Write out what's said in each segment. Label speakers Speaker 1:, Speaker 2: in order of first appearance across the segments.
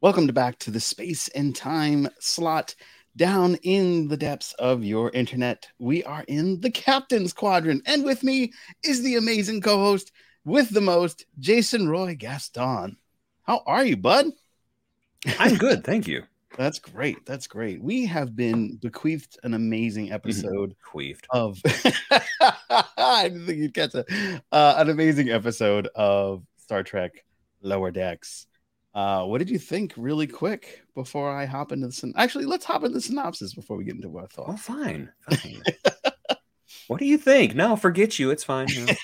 Speaker 1: Welcome to back to the space and time slot down in the depths of your internet. We are in the captain's quadrant, and with me is the amazing co host with the most, Jason Roy Gaston. How are you, bud?
Speaker 2: I'm good, thank you.
Speaker 1: That's great. That's great. We have been bequeathed an amazing episode
Speaker 2: Queefed.
Speaker 1: of I didn't think you'd catch that. Uh, an amazing episode of Star Trek Lower Decks. Uh, what did you think, really quick, before I hop into the syn- actually? Let's hop into the synopsis before we get into our
Speaker 2: Well,
Speaker 1: thoughts.
Speaker 2: fine. fine. what do you think? No, forget you. It's fine. No.
Speaker 1: no,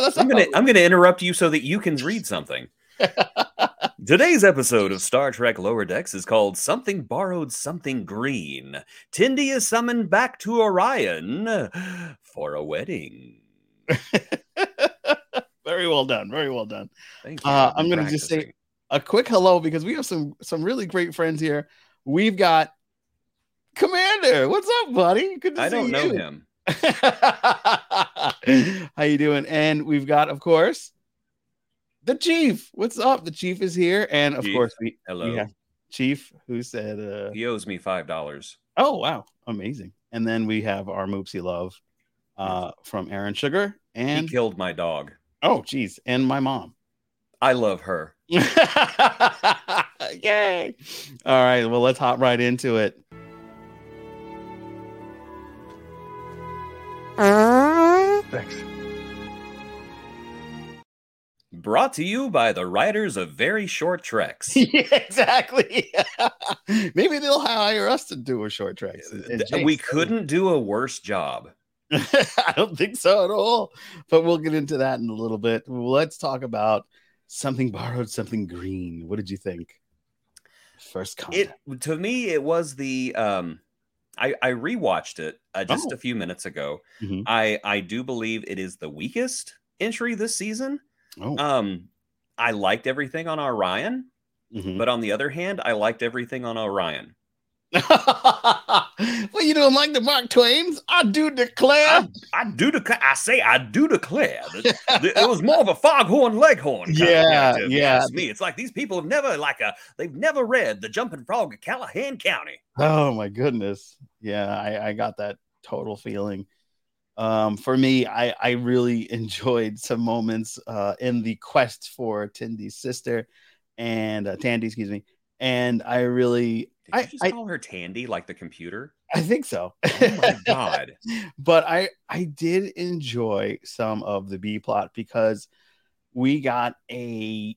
Speaker 1: that's
Speaker 2: I'm
Speaker 1: not
Speaker 2: gonna I'm gonna interrupt you so that you can read something. Today's episode of Star Trek Lower Decks is called Something Borrowed Something Green. Tindy is summoned back to Orion for a wedding.
Speaker 1: very well done. Very well done.
Speaker 2: Thank you.
Speaker 1: Uh,
Speaker 2: I've been
Speaker 1: I'm gonna just say-
Speaker 2: practicing.
Speaker 1: A quick hello because we have some some really great friends here. We've got Commander. What's up, buddy? Good to
Speaker 2: I
Speaker 1: see
Speaker 2: don't know
Speaker 1: you.
Speaker 2: him.
Speaker 1: How you doing? And we've got, of course, the chief. What's up? The chief is here, and of
Speaker 2: Chief,
Speaker 1: course, we
Speaker 2: Hello.
Speaker 1: Yeah. chief who said, uh,
Speaker 2: He owes me five dollars.
Speaker 1: "Oh wow, amazing!" And then we have our Moopsy love uh, from Aaron Sugar,
Speaker 2: He
Speaker 1: and
Speaker 2: killed my dog.
Speaker 1: oh geez, and my mom.
Speaker 2: I love her.
Speaker 1: Yay! All right, well, let's hop right into it.
Speaker 3: Thanks.
Speaker 2: Brought to you by the writers of Very Short Treks.
Speaker 1: yeah, exactly. Maybe they'll hire us to do a short track.
Speaker 2: Th- we couldn't do a worse job.
Speaker 1: I don't think so at all. But we'll get into that in a little bit. Let's talk about something borrowed, something green. What did you think? First
Speaker 2: It
Speaker 1: contact.
Speaker 2: to me, it was the um, I I rewatched it uh, just
Speaker 1: Oh.
Speaker 2: a few minutes ago.
Speaker 1: Mhm.
Speaker 2: I I do believe it is the weakest entry this season.
Speaker 1: oh,
Speaker 2: Um, I liked everything on Orion,
Speaker 1: mhm.
Speaker 2: but on the other hand, I liked everything on Orion.
Speaker 1: Mm-hmm. well, you don't like the Mark Twain's? I do declare.
Speaker 2: I, I do declare. I say I do declare. that- that it was more of a foghorn leghorn. kind of
Speaker 1: Yeah,
Speaker 2: narrative, if you
Speaker 1: yeah.
Speaker 2: ask me, it's like these people have never like a they've never read the Jumping Frog of Callahan County.
Speaker 1: Oh my goodness. Yeah, I, I got that total feeling. Um, for me, I, I really enjoyed some moments uh, in the quest for Tindy's sister and uh, Tandy, excuse me. And I really,
Speaker 2: Did you
Speaker 1: I-
Speaker 2: just
Speaker 1: I-
Speaker 2: call her Tandy like the computer?
Speaker 1: I think so.
Speaker 2: Oh my god.
Speaker 1: but I I did enjoy some of the B plot because we got a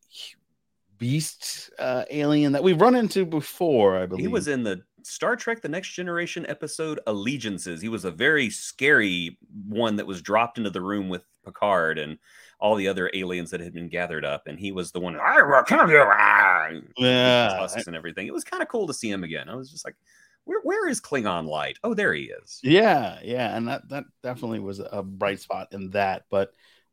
Speaker 1: beast uh, alien that we've run into before. I believe
Speaker 2: He was in the Star Trek The Next Generation episode Allegiances. He was a very scary one that was dropped into the room with Picard and all the other aliens that had been gathered up. And he was the one, I will kill you. ah," and
Speaker 1: yeah.
Speaker 2: tusks and everything. It was kind of cool to see him again. I was just like, where, where is Klingon Light? Oh, there he is.
Speaker 1: Yeah, yeah, and that that definitely was a bright spot in that. But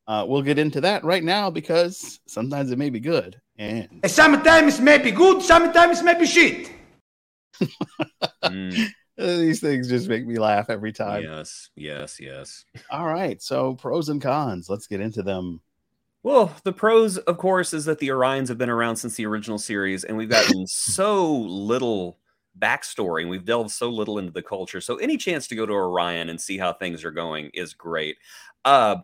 Speaker 1: uh, we'll get into that right now because sometimes it may be good. And
Speaker 3: Sometimes may be good, sometimes may be shit.
Speaker 2: Mm,
Speaker 1: these things just make me laugh every time.
Speaker 2: yes, yes, yes.
Speaker 1: All right, so pros and cons. Let's get into them.
Speaker 2: Well, the pros, of course, is that the Orions have been around since the original series, and we've gotten so little backstory and we've delved so little into the culture. So, any chance to go to Orion and see how things are going is great. Uh,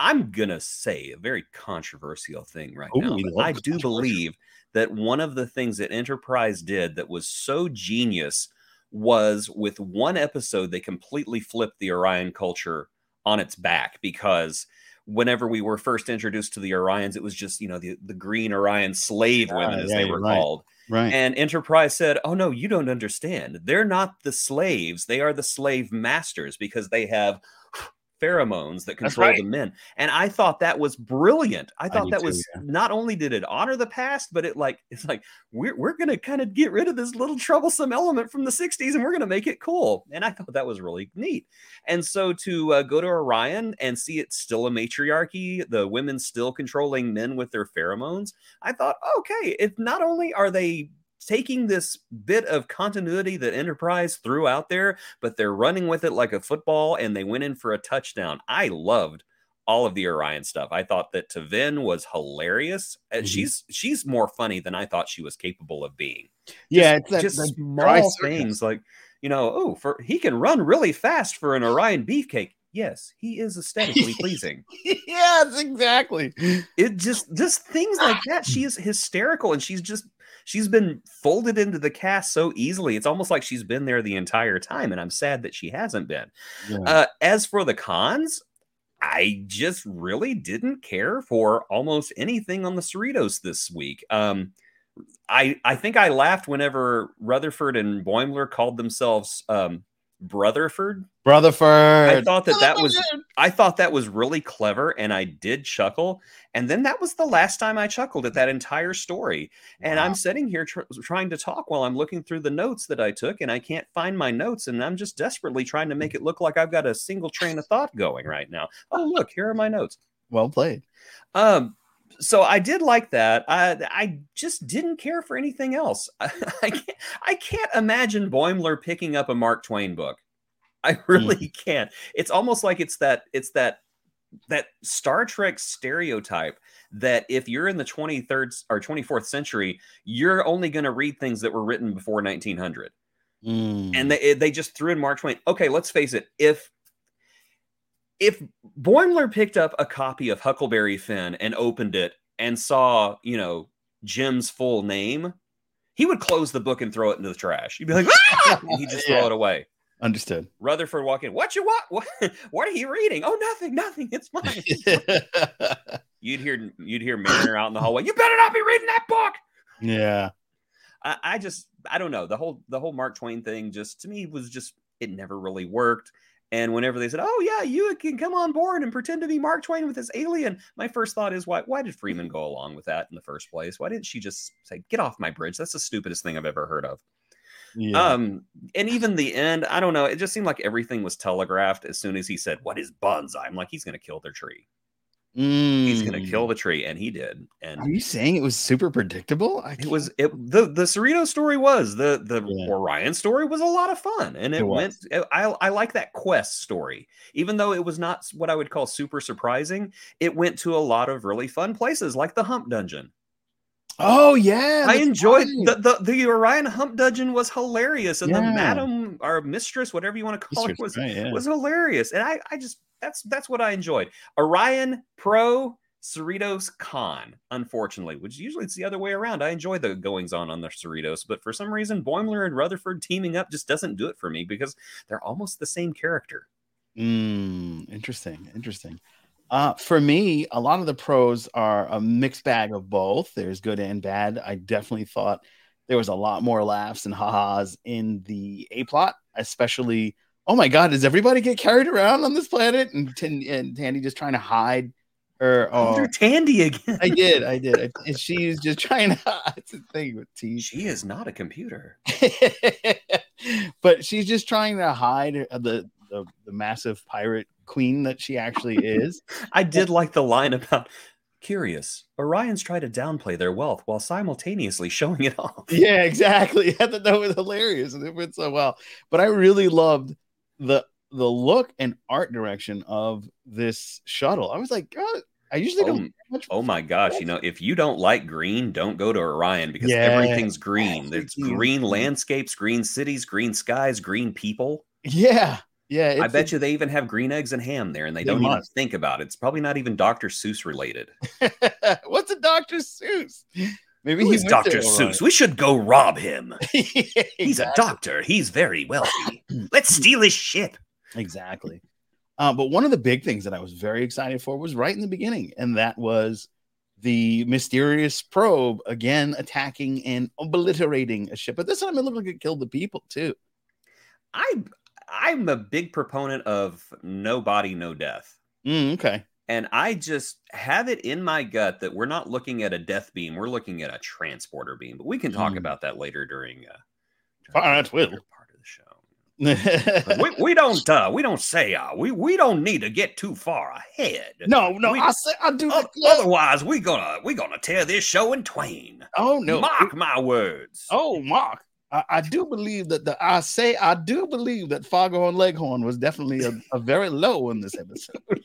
Speaker 2: I'm going to say a very controversial thing right
Speaker 1: Ooh,
Speaker 2: now.
Speaker 1: we
Speaker 2: but
Speaker 1: love
Speaker 2: I do
Speaker 1: controversial.
Speaker 2: believe that one of the things that Enterprise did that was so genius was with one episode, they completely flipped the Orion culture on its back because whenever we were first introduced to the Orions, it was just, you know, the, the green Orion slave women,
Speaker 1: Ah,
Speaker 2: as
Speaker 1: yeah,
Speaker 2: they
Speaker 1: you're
Speaker 2: were
Speaker 1: right.
Speaker 2: called.
Speaker 1: Right.
Speaker 2: And Enterprise said, Oh, no, you don't understand. They're not the slaves. They are the slave masters because they have pheromones that
Speaker 1: That's
Speaker 2: control
Speaker 1: right.
Speaker 2: the men. And I thought that was brilliant. I thought
Speaker 1: do
Speaker 2: that
Speaker 1: too,
Speaker 2: was
Speaker 1: yeah.
Speaker 2: not only did it honor the past, but it like it's like we're we're gonna kind of get rid of this little troublesome element from the 60s and we're gonna make it cool. And I thought that was really neat. And so to uh, go to Orion and see it's still a matriarchy, the women still controlling men with their pheromones, I thought, okay, if not only are they taking this bit of continuity that Enterprise threw out there, but they're running with it like a football and they went in for a touchdown. I loved all of the Orion stuff. I thought that Tavin was hilarious. Uh,
Speaker 1: Mhm.
Speaker 2: She's she's more funny than I thought she was capable of being
Speaker 1: yeah, it's that,
Speaker 2: just
Speaker 1: that dry
Speaker 2: small
Speaker 1: circus.
Speaker 2: things like you know oh for he can run really fast for an orion beefcake yes he is aesthetically pleasing
Speaker 1: yes, exactly.
Speaker 2: it just just things like that she is hysterical and she's just she's been folded into the cast so easily it's almost like she's been there the entire time and i'm sad that she hasn't been
Speaker 1: Yeah.
Speaker 2: uh, as for the cons, I just really didn't care for almost anything on the Cerritos this week. Um, I I think I laughed whenever Rutherford and Boimler called themselves um, Brotherford. I
Speaker 1: Brotherford.
Speaker 2: thought that that was I thought that was really clever, and I did chuckle. And then that was the last time I chuckled at that entire story. And I'm sitting here tr- trying to talk while I'm looking through the notes that I took, and I can't find my notes. And I'm just desperately trying to make it look like I've got a single train of thought going right now. Oh, look, here are my notes.
Speaker 1: well played.
Speaker 2: Um, so I did like that. I I just didn't care for anything else. I, can't, I can't imagine Boimler picking up a Mark Twain book. I really can't. It's almost like it's that it's that that Star Trek stereotype that if you're in the 23rd or 24th century, you're only going to read things that were written before 1900
Speaker 1: Mm.
Speaker 2: and they they just threw in Mark Twain. Okay, let's face it. If if Boimler picked up a copy of Huckleberry Finn and opened it and saw, you know, Jim's full name, he would close the book and throw it into the trash. He'd be like, ah! and he'd just
Speaker 1: Yeah.
Speaker 2: throw it away.
Speaker 1: understood.
Speaker 2: Rutherford walk in. What you want? What, what are you reading? Oh, nothing, nothing. It's mine. you'd hear you'd hear Mariner out in the hallway. You better not be reading that book.
Speaker 1: yeah.
Speaker 2: I, I just I don't know the whole the whole Mark Twain thing just to me was just it never really worked. And whenever they said, "Oh yeah, you can come on board and pretend to be Mark Twain with this alien," my first thought is, "Why? Why did Freeman go along with that in the first place? Why didn't she just say, "Get off my bridge"? That's the stupidest thing I've ever heard of."
Speaker 1: Yeah.
Speaker 2: Um, and even the end, I don't know. It just seemed like everything was telegraphed as soon as he said, "What is bonsai?" I'm like, "He's going to kill their tree. He's going to
Speaker 1: Mm.
Speaker 2: kill the tree," and he did. And
Speaker 1: Are you saying it was super predictable? I
Speaker 2: it was it the the Cerrito story was the the
Speaker 1: Yeah.
Speaker 2: Orion story was a lot of fun and it,
Speaker 1: It
Speaker 2: went
Speaker 1: was.
Speaker 2: I I like that quest story even though it was not what I would call super surprising it went to a lot of really fun places like the Hump Dungeon
Speaker 1: Oh yeah.
Speaker 2: I
Speaker 1: that's
Speaker 2: enjoyed
Speaker 1: right.
Speaker 2: the, the the Orion Hump Dungeon was hilarious and the
Speaker 1: Yeah.
Speaker 2: madam or mistress whatever you want to call
Speaker 1: Mistress,
Speaker 2: it was
Speaker 1: right, yeah.
Speaker 2: was hilarious and I I just that's that's what I enjoyed Orion Pro Cerritos Con, unfortunately, which usually it's the other way around. I enjoy the goings on on the Cerritos, but for some reason, Boimler and Rutherford teaming up just doesn't do it for me because they're almost the same character.
Speaker 1: Mm, interesting. Interesting. Uh, for me, a lot of the pros are a mixed bag of both. There's good and bad. I definitely thought there was a lot more laughs and ha-has in the A plot, especially. Oh my God, does everybody get carried around on this planet? And, Tin and Tandy just trying to hide her.
Speaker 2: Oh,
Speaker 1: uh,
Speaker 2: they're Tandy again.
Speaker 1: I did, I did. I- and she's just trying to. It's a thing with teeth.
Speaker 2: She is not a computer.
Speaker 1: but she's just trying to hide the, the the massive pirate queen that she actually is.
Speaker 2: I did like the line about curious. Orions try to downplay their wealth while simultaneously showing it off.
Speaker 1: yeah, exactly. I thought that was hilarious, and it went so well. But I really loved the the look and art direction of this shuttle. I was like, God, I usually
Speaker 2: Oh,
Speaker 1: don't.
Speaker 2: m- oh my gosh, you know, if you don't like green, don't go to Orion because everything's green.
Speaker 1: Everything
Speaker 2: There's
Speaker 1: is
Speaker 2: green
Speaker 1: green.
Speaker 2: landscapes, green cities, green skies, green people.
Speaker 1: Yeah, yeah.
Speaker 2: I bet you they even have green eggs and ham there, and they,
Speaker 1: They
Speaker 2: don't even
Speaker 1: must.
Speaker 2: think about it. It's probably not even Dr. Seuss related.
Speaker 1: you. What's a Doctor Seuss? Maybe
Speaker 2: Who
Speaker 1: he's
Speaker 2: is Dr. Seuss? We should go rob him. He's a doctor. He's very wealthy. Let's steal his ship.
Speaker 1: Exactly. Uh, but one of the big things that I was very excited for was right in the beginning, and that was the mysterious probe again attacking and obliterating a ship. But this time it looked like it killed the people too.
Speaker 2: I I'm a big proponent of no body, no death.
Speaker 1: Mm, okay.
Speaker 2: And I just have it in my gut that we're not looking at a death beam, we're looking at a transporter beam. But we can talk
Speaker 1: Mm.
Speaker 2: about that later during uh
Speaker 1: All right,
Speaker 2: during
Speaker 1: Will.
Speaker 2: the later part of the show. But we, we don't uh we don't say uh we we don't need to get too far ahead.
Speaker 1: no, uh, no,
Speaker 2: We-
Speaker 1: I say I do.
Speaker 2: Oth-
Speaker 1: the club.
Speaker 2: otherwise we gonna we gonna tear this show in twain.
Speaker 1: oh no.
Speaker 2: Mark my words.
Speaker 1: Oh, Mark. I, I do believe that the I say I do believe that Foghorn Leghorn was definitely a, a very low in this episode.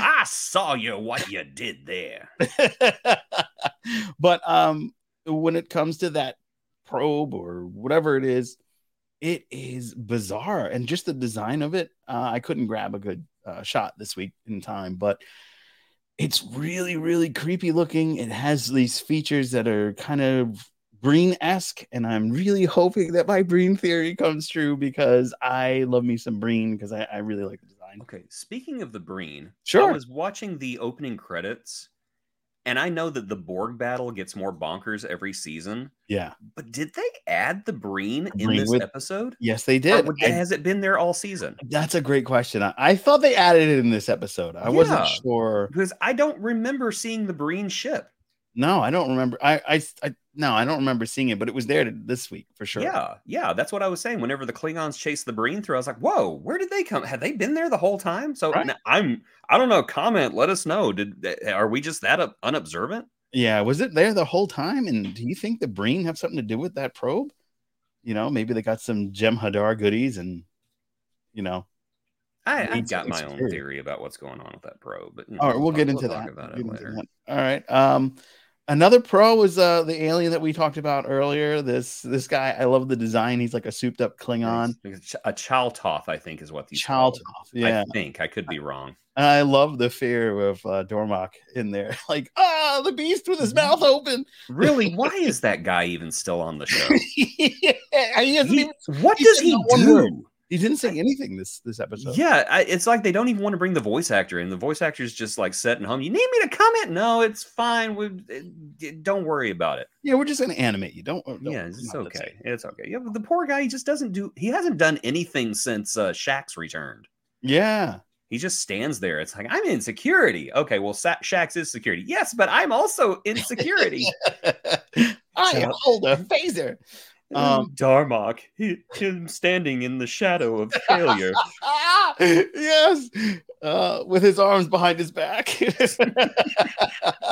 Speaker 2: I saw you what you did there.
Speaker 1: but um when it comes to that probe or whatever it is, it is bizarre and just the design of it. Uh, I couldn't grab a good uh, shot this week in time, but it's really really creepy looking. It has these features that are kind of Breen esque, and I'm really hoping that my Breen theory comes true because I love me some Breen because I, I really like the design.
Speaker 2: Okay, speaking of the Breen,
Speaker 1: Sure.
Speaker 2: I was watching the opening credits, and I know that the Borg battle gets more bonkers every season.
Speaker 1: Yeah,
Speaker 2: But did they add the Breen in
Speaker 1: Breen
Speaker 2: this
Speaker 1: with-
Speaker 2: episode?
Speaker 1: yes, they
Speaker 2: Or
Speaker 1: did.
Speaker 2: Oh, would-
Speaker 1: I-
Speaker 2: has it been there all season?
Speaker 1: That's a great question. I, I thought they added it in this episode. I wasn't
Speaker 2: Yeah.
Speaker 1: sure.
Speaker 2: Because I don't remember seeing the Breen ship.
Speaker 1: No, I don't remember. I, I, I no, I don't remember seeing it, but it was there to- this week for sure.
Speaker 2: Yeah, yeah, that's what I was saying. Whenever the Klingons chased the Breen through, I was like, "Whoa, where did they come? Had they been there the whole time?" So
Speaker 1: Right.
Speaker 2: n- I'm, I don't know. Comment, let us know. Did eh, are we just that up, unobservant?
Speaker 1: yeah. Was it there the whole time? And do you think the Breen have something to do with that probe? You know, maybe they got some Gem Hadar goodies, and you know,
Speaker 2: I,
Speaker 1: It
Speaker 2: I've
Speaker 1: needs-
Speaker 2: got
Speaker 1: it's
Speaker 2: my own
Speaker 1: true.
Speaker 2: theory about what's going on with that probe, but you
Speaker 1: All
Speaker 2: know,
Speaker 1: right, we'll get
Speaker 2: talk-
Speaker 1: into
Speaker 2: talk
Speaker 1: that.
Speaker 2: about
Speaker 1: We'll
Speaker 2: it
Speaker 1: get into
Speaker 2: later.
Speaker 1: that. All right. Um, another pro was uh the alien that we talked about earlier. This this guy, I love the design. He's like a souped up Klingon.
Speaker 2: It's A Chaltoth, I think, is what these
Speaker 1: Child,
Speaker 2: called.
Speaker 1: yeah.
Speaker 2: I think I could be wrong.
Speaker 1: And I love the fear of uh, Dormok in there, like ah, the beast with his mouth open.
Speaker 2: Really, why is that guy even still on the show?
Speaker 1: he, hasn't
Speaker 2: He-
Speaker 1: even-
Speaker 2: what
Speaker 1: he
Speaker 2: does
Speaker 1: said
Speaker 2: he
Speaker 1: not one
Speaker 2: do?
Speaker 1: he didn't say anything this this episode.
Speaker 2: Yeah, I, it's like they don't even want to bring the voice actor in. The voice actor's just like setting home. You need me to comment? No, it's fine. We eh, don't worry about it.
Speaker 1: yeah, we're just gonna animate you. Don't, uh, don't-
Speaker 2: yeah, it's
Speaker 1: not this-
Speaker 2: okay. It's okay. Yeah, but the poor guy, he just doesn't do. He hasn't done anything since uh, Shaq's returned.
Speaker 1: Yeah,
Speaker 2: He just stands there. It's like I'm in security. Okay, well, Sa- Shax is security. Yes, but I'm also in security.
Speaker 1: I
Speaker 2: Child.
Speaker 1: hold a phaser. Um,
Speaker 2: um, Darmok, he, him standing in the shadow of failure.
Speaker 1: Ah, yes, uh, with his arms behind his back.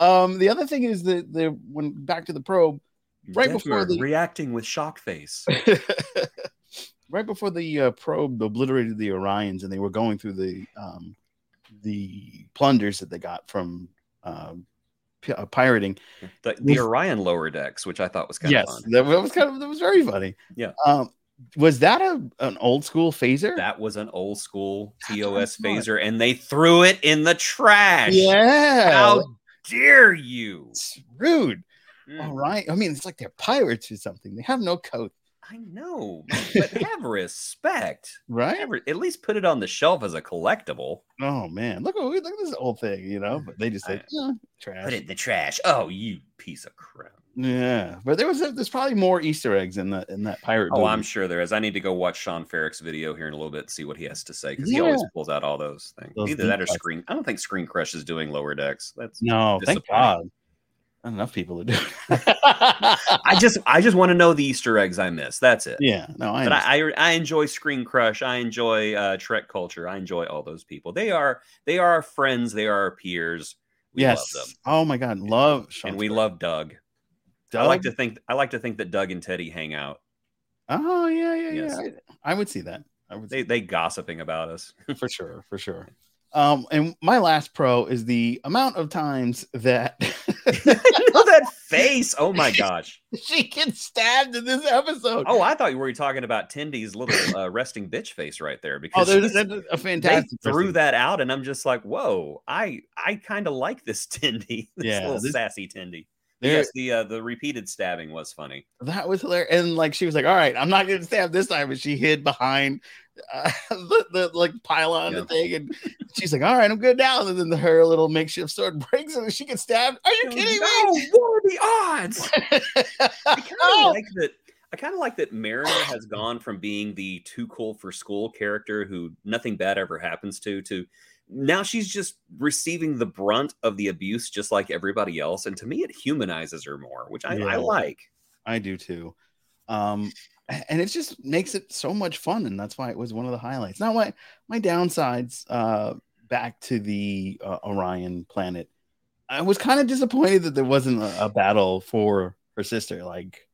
Speaker 1: um, the other thing is that the when back to the probe, Right before
Speaker 2: Detmer
Speaker 1: the-
Speaker 2: reacting with shock face.
Speaker 1: right before the uh, probe obliterated the Orions, and they were going through the um, the plunders that they got from uh, pi- uh, pirating.
Speaker 2: The,
Speaker 1: Was-
Speaker 2: the Orion lower decks, which I thought was kind of
Speaker 1: Yes,
Speaker 2: fun.
Speaker 1: that was kind of that was very funny.
Speaker 2: Yeah.
Speaker 1: um, was that a an old school phaser?
Speaker 2: That was an old school
Speaker 1: That's what I
Speaker 2: TOS
Speaker 1: thought.
Speaker 2: phaser, and they threw it in the trash.
Speaker 1: yeah,
Speaker 2: How dare you?
Speaker 1: it's rude.
Speaker 2: Mm,
Speaker 1: All right, I mean it's like they're pirates or something. They have no coat,
Speaker 2: I know, but have respect.
Speaker 1: right?
Speaker 2: Have re- at least put it on the shelf as a collectible.
Speaker 1: Oh man, look what we look at this old thing, you know. But they just
Speaker 2: I-
Speaker 1: like "Eh, trash.
Speaker 2: Put it in the trash. Oh, you piece of crap.
Speaker 1: yeah, but there was a, there's probably more Easter eggs in that in that pirate.
Speaker 2: Oh,
Speaker 1: movie.
Speaker 2: I'm sure there is. I need to go watch Sean Ferrick's video here in a little bit and see what he has to say because he always pulls out all those things.
Speaker 1: Those
Speaker 2: Either that or
Speaker 1: deep cuts.
Speaker 2: screen. I don't think Screen Crush is doing lower decks. That's
Speaker 1: No, thank God.
Speaker 2: disappointing.
Speaker 1: Not enough people to do it.
Speaker 2: I just I just want to know the Easter eggs I missed. That's it.
Speaker 1: yeah, no, I,
Speaker 2: But
Speaker 1: understand.
Speaker 2: I, I I enjoy Screen Crush. I enjoy uh, Trek culture. I enjoy all those people. They are they are our friends. They are our peers. We
Speaker 1: yes.
Speaker 2: love them,
Speaker 1: Oh my God, love Sean.
Speaker 2: and we
Speaker 1: Ford.
Speaker 2: love Doug. I like to think I like to think that Doug and Teddy hang out.
Speaker 1: Oh yeah, yeah,
Speaker 2: Yes.
Speaker 1: yeah. I, I would see that. I would
Speaker 2: They they gossiping about us.
Speaker 1: for sure, for sure. Um, and my last pro is the amount of times that
Speaker 2: that face. Oh my gosh.
Speaker 1: she gets stabbed in this episode.
Speaker 2: Oh, I thought you were talking about Tendy's little uh, resting bitch face right there
Speaker 1: Oh,
Speaker 2: because
Speaker 1: there's that's a
Speaker 2: they
Speaker 1: fantastic
Speaker 2: threw
Speaker 1: person.
Speaker 2: that out, and I'm just like, whoa, I I kind of like this Tendy, this
Speaker 1: Yeah,
Speaker 2: little
Speaker 1: this-
Speaker 2: sassy Tendy.
Speaker 1: There-
Speaker 2: Yes, the uh, the repeated stabbing was funny.
Speaker 1: That was hilarious. And like she was like, "All right, I'm not getting stabbed this time," and she hid behind uh, the, the like pylon
Speaker 2: Yeah.
Speaker 1: and thing, and she's like, "All right, I'm good now." And then her little makeshift sword breaks, and she gets stabbed. Are you kidding me?
Speaker 2: No, what are the odds? I kind of
Speaker 1: Oh,
Speaker 2: like that. I I kind of like that Mariner has gone from being the too cool for school character who nothing bad ever happens to to now she's just receiving the brunt of the abuse just like everybody else. And to me, it humanizes her more, which I, I
Speaker 1: Yeah.
Speaker 2: like.
Speaker 1: I do too. Um, and it just makes it so much fun, and that's why it was one of the highlights. Now, my my downsides uh, back to the uh, Orion planet, I was kind of disappointed that there wasn't a, a battle for her sister. Like,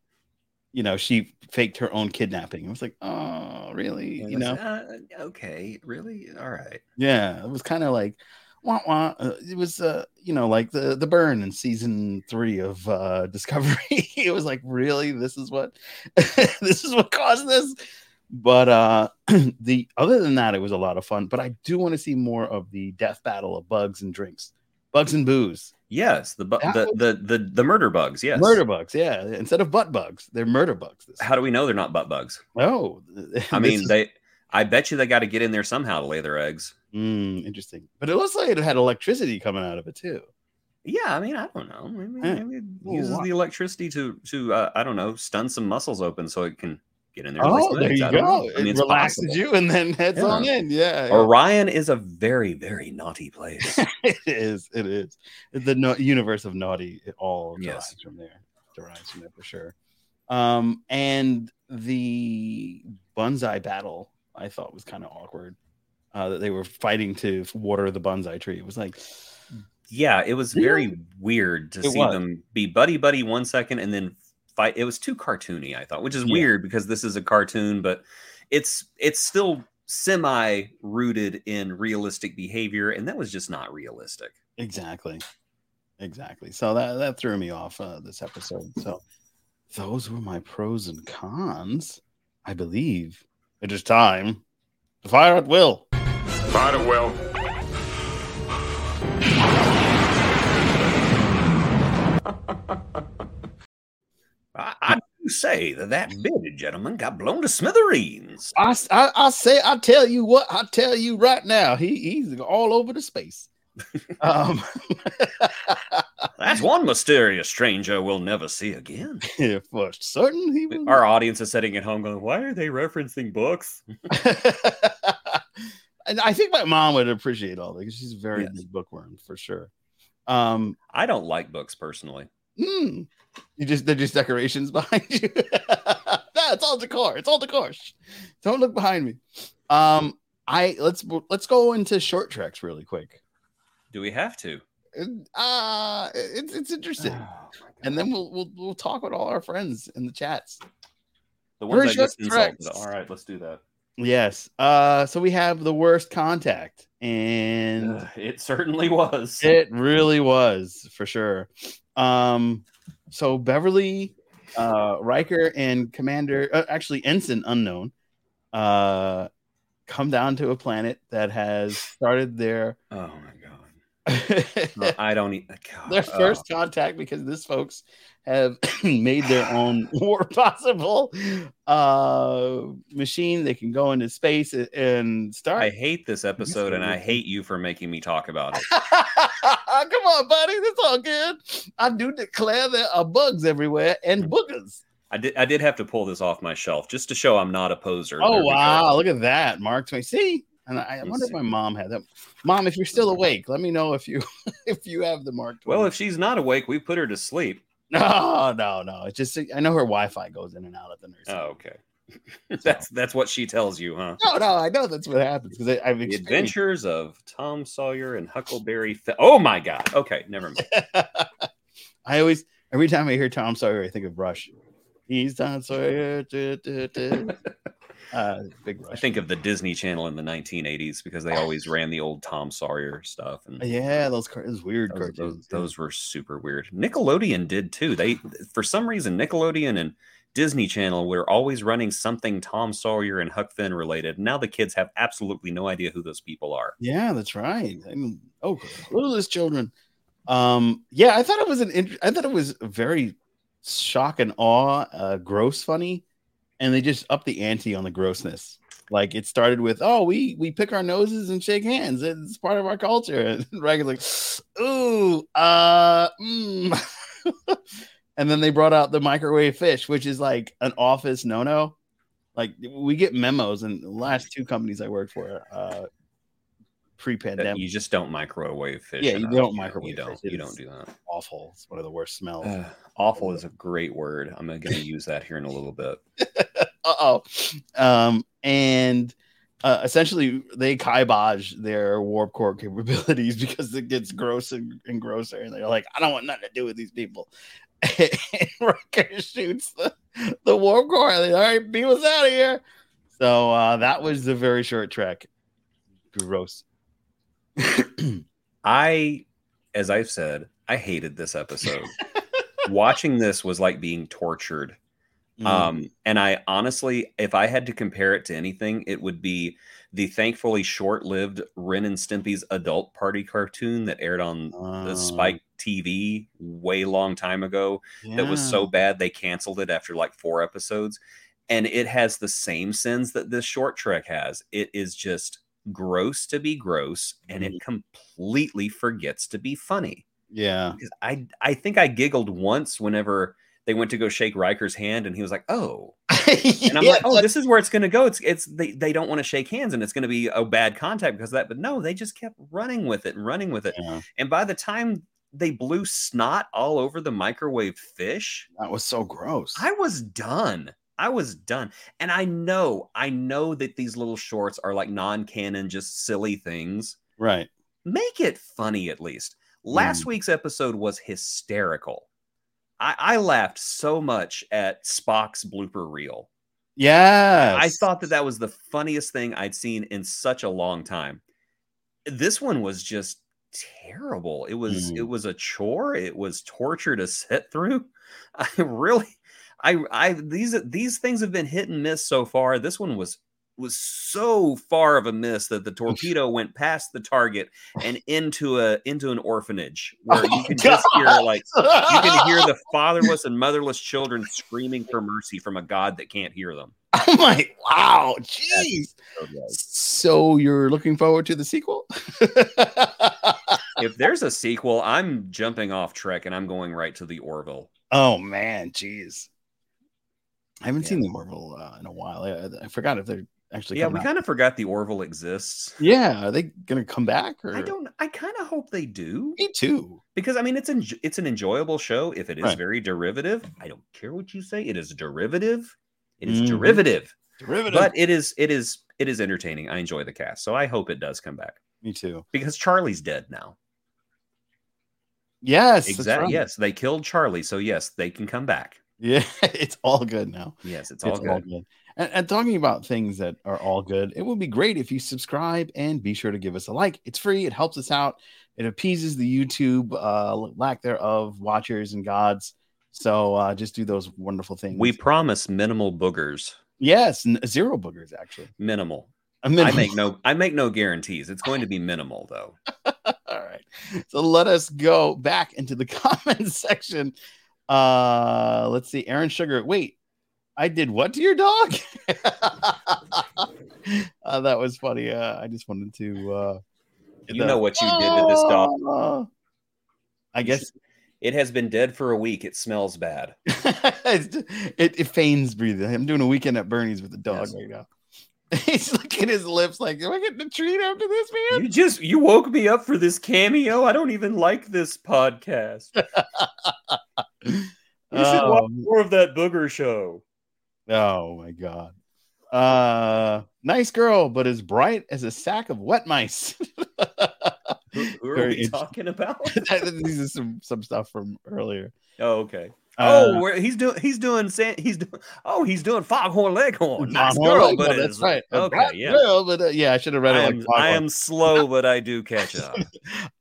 Speaker 1: you know, she faked her own kidnapping. I was like, oh, really? you know,
Speaker 2: Uh, okay, really? All right.
Speaker 1: yeah, it was kind of like, wah wah. Uh, it was, uh, you know, like the the burn in season three of uh, Discovery. it was like, really, this is what this is what caused this. But uh, the other than that, it was a lot of fun. But I do want to see more of the death battle of bugs and drinks, bugs and booze,
Speaker 2: Yes, the bu-
Speaker 1: That
Speaker 2: the, the the the murder bugs. Yes,
Speaker 1: murder bugs. Yeah, instead of butt bugs, they're murder bugs. This
Speaker 2: How do we know they're not butt bugs?
Speaker 1: oh,
Speaker 2: I
Speaker 1: this
Speaker 2: mean,
Speaker 1: is-
Speaker 2: they. I bet you they got to get in there somehow to lay their eggs.
Speaker 1: Mm, interesting. But it looks like it had electricity coming out of it too.
Speaker 2: Yeah, I mean, I don't know. Maybe,
Speaker 1: Eh.
Speaker 2: maybe it
Speaker 1: Well,
Speaker 2: uses
Speaker 1: why-
Speaker 2: the electricity to to uh, I don't know stun some muscles open so it can get in there. and lay
Speaker 1: Oh,
Speaker 2: some
Speaker 1: there
Speaker 2: eggs.
Speaker 1: you
Speaker 2: I don't
Speaker 1: go.
Speaker 2: know. I mean,
Speaker 1: it
Speaker 2: it's
Speaker 1: relaxes
Speaker 2: possible.
Speaker 1: you and then heads
Speaker 2: Yeah.
Speaker 1: on in. Yeah, yeah.
Speaker 2: Orion is a very very naughty place.
Speaker 1: it is. It is. The no- universe of naughty. It all derives
Speaker 2: Yes.
Speaker 1: from there. Derives from there for sure. Um, and the bonsai battle I thought was kind of awkward. Uh, that they were fighting to water the bonsai tree. It was like,
Speaker 2: yeah, it was very weird to
Speaker 1: It
Speaker 2: see
Speaker 1: was.
Speaker 2: them be buddy buddy one second and then fight. It was too cartoony, I thought, which is
Speaker 1: Yeah.
Speaker 2: weird because this is a cartoon, but it's it's still semi rooted in realistic behavior, and that was just not realistic.
Speaker 1: Exactly. Exactly. So that that threw me off uh, this episode. So those were my pros and cons. I believe it is time to fire at will.
Speaker 3: Fire a well.
Speaker 2: I, I do say that that bearded gentleman got blown to smithereens.
Speaker 1: I, s- I- I say I tell you what I tell you right now. He he's all over the space. um,
Speaker 2: That's one mysterious stranger we'll never see again.
Speaker 1: for certain he will.
Speaker 2: Our audience is sitting at home going, "Why are they referencing books?"
Speaker 1: and I think my mom would appreciate all that 'cause she's a very
Speaker 2: Yes.
Speaker 1: big bookworm for sure. Um,
Speaker 2: I don't like books personally.
Speaker 1: Hmm. You just they're just decorations behind you. no, it's all decor. It's all decor. Shh. Don't look behind me. Um, I let's let's go into short tracks really quick.
Speaker 2: Do we have to?
Speaker 1: Uh it's it's interesting. And then we'll we'll we'll talk with all our friends in the chats.
Speaker 2: The ones I
Speaker 1: Version
Speaker 2: just insulted.
Speaker 1: tracks.
Speaker 2: All right, let's do that.
Speaker 1: Yes. Uh so we have the worst contact and
Speaker 2: Ugh, it certainly was.
Speaker 1: It really was for sure. Um, so Beverly, uh, Riker, and Commander, uh, actually Ensign Unknown, uh, come down to a planet that has started their
Speaker 2: oh my god.
Speaker 1: their
Speaker 2: I don't. e- God.
Speaker 1: first contact because these folks have made their own war possible uh, machine. They can go into space a- and
Speaker 2: Oh,
Speaker 1: start.
Speaker 2: I hate this episode, and I hate you for making me talk about it.
Speaker 1: Come on, buddy. That's all good. I do declare there are bugs everywhere and boogers.
Speaker 2: I did. I did have to pull this off my shelf just to show I'm not a poser. There
Speaker 1: Oh
Speaker 2: we go.
Speaker 1: wow, look at that, Mark Twain. See, and I, I
Speaker 2: Let's
Speaker 1: wonder if
Speaker 2: see.
Speaker 1: my mom had that. Mom, if you're still awake, let me know if you if you have the Mark Twain.
Speaker 2: Well, if she's not awake, we put her to sleep.
Speaker 1: no, no, no. It's just I know her Wi-Fi goes in and out at the nursery.
Speaker 2: Oh, okay. that's that's what she tells you, huh?
Speaker 1: No, no, I know that's what happens because I've
Speaker 2: The
Speaker 1: experienced.
Speaker 2: Adventures of Tom Sawyer and Huckleberry. Fe- oh my God. Okay, never mind.
Speaker 1: I always every time I hear Tom Sawyer, I think of Rush. He's Tom Sawyer. duh, duh, duh. Uh, big Rush.
Speaker 2: I think of the Disney Channel in the 1980s because they always ran the old Tom Sawyer stuff. And
Speaker 1: Yeah, those cartoons, weird
Speaker 2: those,
Speaker 1: cartoons.
Speaker 2: those, those were super weird. Nickelodeon did too. They, for some reason, Nickelodeon and Disney Channel were always running something Tom Sawyer and Huck Finn related. Now the kids have absolutely no idea who those people are.
Speaker 1: yeah, that's right. I mean, oh, clueless children. Um, yeah, I thought it was an. Int- I thought it was very shock and awe, uh, gross, funny, and they just upped the ante on the grossness. Like it started with, oh, we we pick our noses and shake hands. It's part of our culture. And Reagan's like, ooh, uh, mm. and And then they brought out the microwave fish, which is like an office no no. Like we get memos, and the last two companies I worked for, uh, pre
Speaker 2: That
Speaker 1: pandemic,
Speaker 2: you just don't microwave fish.
Speaker 1: Yeah, you
Speaker 2: enough.
Speaker 1: don't microwave
Speaker 2: You don't.
Speaker 1: fish.
Speaker 2: You
Speaker 1: It's-
Speaker 2: don't do that.
Speaker 1: awful. It's one of the worst smells. Uh
Speaker 2: Ugh, awful is a great word. I'm going to use that here in a little bit.
Speaker 1: oh. Um, and uh, essentially, they kibosh their warp core capabilities because it gets gross and, and grosser, and they're like, I don't want nothing to do with these people. and Riker shoots the, the warp core. and they're Like, All right, people's out of here. So uh, that was a very short trek. Gross.
Speaker 2: I, as I've said, I hated this episode. Watching this was like being tortured.
Speaker 1: Mm.
Speaker 2: Um, and I honestly, if I had to compare it to anything, it would be the thankfully short lived Ren and Stimpy's adult party cartoon that aired on the
Speaker 1: Um,
Speaker 2: Spike TV way long time ago that was
Speaker 1: yeah.
Speaker 2: so bad they canceled it after like four episodes. And it has the same sins that this short trek has. It is just gross to be gross and it completely forgets to be funny.
Speaker 1: yeah.
Speaker 2: 'Cause I I think I giggled once whenever they went to go shake Riker's hand and he was like, "Oh." And I'm like, "Oh, this is where it's going to go. It's it's they they don't want to shake hands and it's going to be a bad contact because of that." But no, they just kept running with it and running with it.
Speaker 1: Yeah,
Speaker 2: And by the time they blew snot all over the microwave fish,
Speaker 1: that was so gross.
Speaker 2: I was done. I was done. And I know, I know that these little shorts are like non canon, just silly things.
Speaker 1: right.
Speaker 2: Make it funny at least. Last week's episode was hysterical. I, I laughed so much at Spock's blooper reel.
Speaker 1: Yeah.
Speaker 2: I thought that that was the funniest thing I'd seen in such a long time. This one was just terrible. It was
Speaker 1: Mhm.
Speaker 2: it was a chore. It was torture to sit through. I really, I I these these things have been hit and miss so far. This one was was so far of a miss that the torpedo went past the target and into a into an orphanage where you
Speaker 1: Oh,
Speaker 2: can just hear
Speaker 1: God.
Speaker 2: like you can hear the fatherless and motherless children screaming for mercy from a god that can't hear them.
Speaker 1: I'm like, wow, jeez. So you're looking forward to the sequel?
Speaker 2: if there's a sequel, I'm jumping off Trek and I'm going right to the Orville.
Speaker 1: oh man, jeez. I haven't
Speaker 2: Yeah.
Speaker 1: seen the Marvel uh, in a while. I, I forgot if they're actually.
Speaker 2: yeah,
Speaker 1: coming
Speaker 2: we
Speaker 1: out.
Speaker 2: kind of forgot the Orville exists.
Speaker 1: Yeah, are they gonna come back? Or
Speaker 2: I don't. I kind of hope they do
Speaker 1: Me too.
Speaker 2: because I mean it's enj- it's an enjoyable show. If it is
Speaker 1: Right.
Speaker 2: very derivative, I don't care what you say. It is derivative. It is
Speaker 1: Mhm.
Speaker 2: derivative,
Speaker 1: Derivative.
Speaker 2: but it is it is it is entertaining. I enjoy the cast, so I hope it does come back
Speaker 1: Me too.
Speaker 2: because Charlie's dead now.
Speaker 1: Yes. that's
Speaker 2: Exactly.
Speaker 1: right.
Speaker 2: Yes, they killed Charlie, so yes, they can come back.
Speaker 1: Yeah. It's all good now.
Speaker 2: Yes, it's
Speaker 1: It's
Speaker 2: all good.
Speaker 1: And, and talking about things that are all good, it would be great if you subscribe and be sure to give us a like. It's free, it helps us out, it appeases the YouTube uh, lack thereof watchers and gods. So uh, just do those wonderful things.
Speaker 2: We promise minimal boogers.
Speaker 1: yes, n- zero boogers actually.
Speaker 2: Minimal.
Speaker 1: A minimum.
Speaker 2: I make no I make no guarantees. It's going to be minimal though.
Speaker 1: All right. So let us go back into the comments section. Uh let's see. Aaron Sugar. Wait, I did what to your dog? uh, that was funny. Uh, I just wanted to uh get
Speaker 2: You
Speaker 1: that-
Speaker 2: know what you did to this dog.
Speaker 1: Ah. I guess
Speaker 2: It has been dead for a week. It smells bad.
Speaker 1: it, it feigns breathing. I'm doing a weekend at Bernie's with the dog
Speaker 2: Yes.
Speaker 1: right now. He's looking at his lips like, am I getting a treat after this, man?
Speaker 2: You just you woke me up for this cameo. I don't even like this podcast. You should watch
Speaker 1: Um,
Speaker 2: more of that booger show.
Speaker 1: Oh my god. Uh nice girl, but as bright as a sack of wet mice.
Speaker 2: Who, who are
Speaker 1: Very
Speaker 2: we
Speaker 1: interesting.
Speaker 2: talking about?
Speaker 1: These are some, some stuff from earlier.
Speaker 2: Oh, okay.
Speaker 1: Uh,
Speaker 2: oh, we're, he's doing he's doing San- he's doing oh he's doing foghorn leghorn. Oh, Nice
Speaker 1: Longhorn
Speaker 2: girl,
Speaker 1: Leghorn,
Speaker 2: but
Speaker 1: that's
Speaker 2: it's-
Speaker 1: right. A
Speaker 2: Okay,
Speaker 1: bright
Speaker 2: yeah.
Speaker 1: girl, but uh, yeah, I should have read
Speaker 2: I
Speaker 1: it
Speaker 2: am,
Speaker 1: like
Speaker 2: I
Speaker 1: Foghorn.
Speaker 2: am slow, but I do catch up.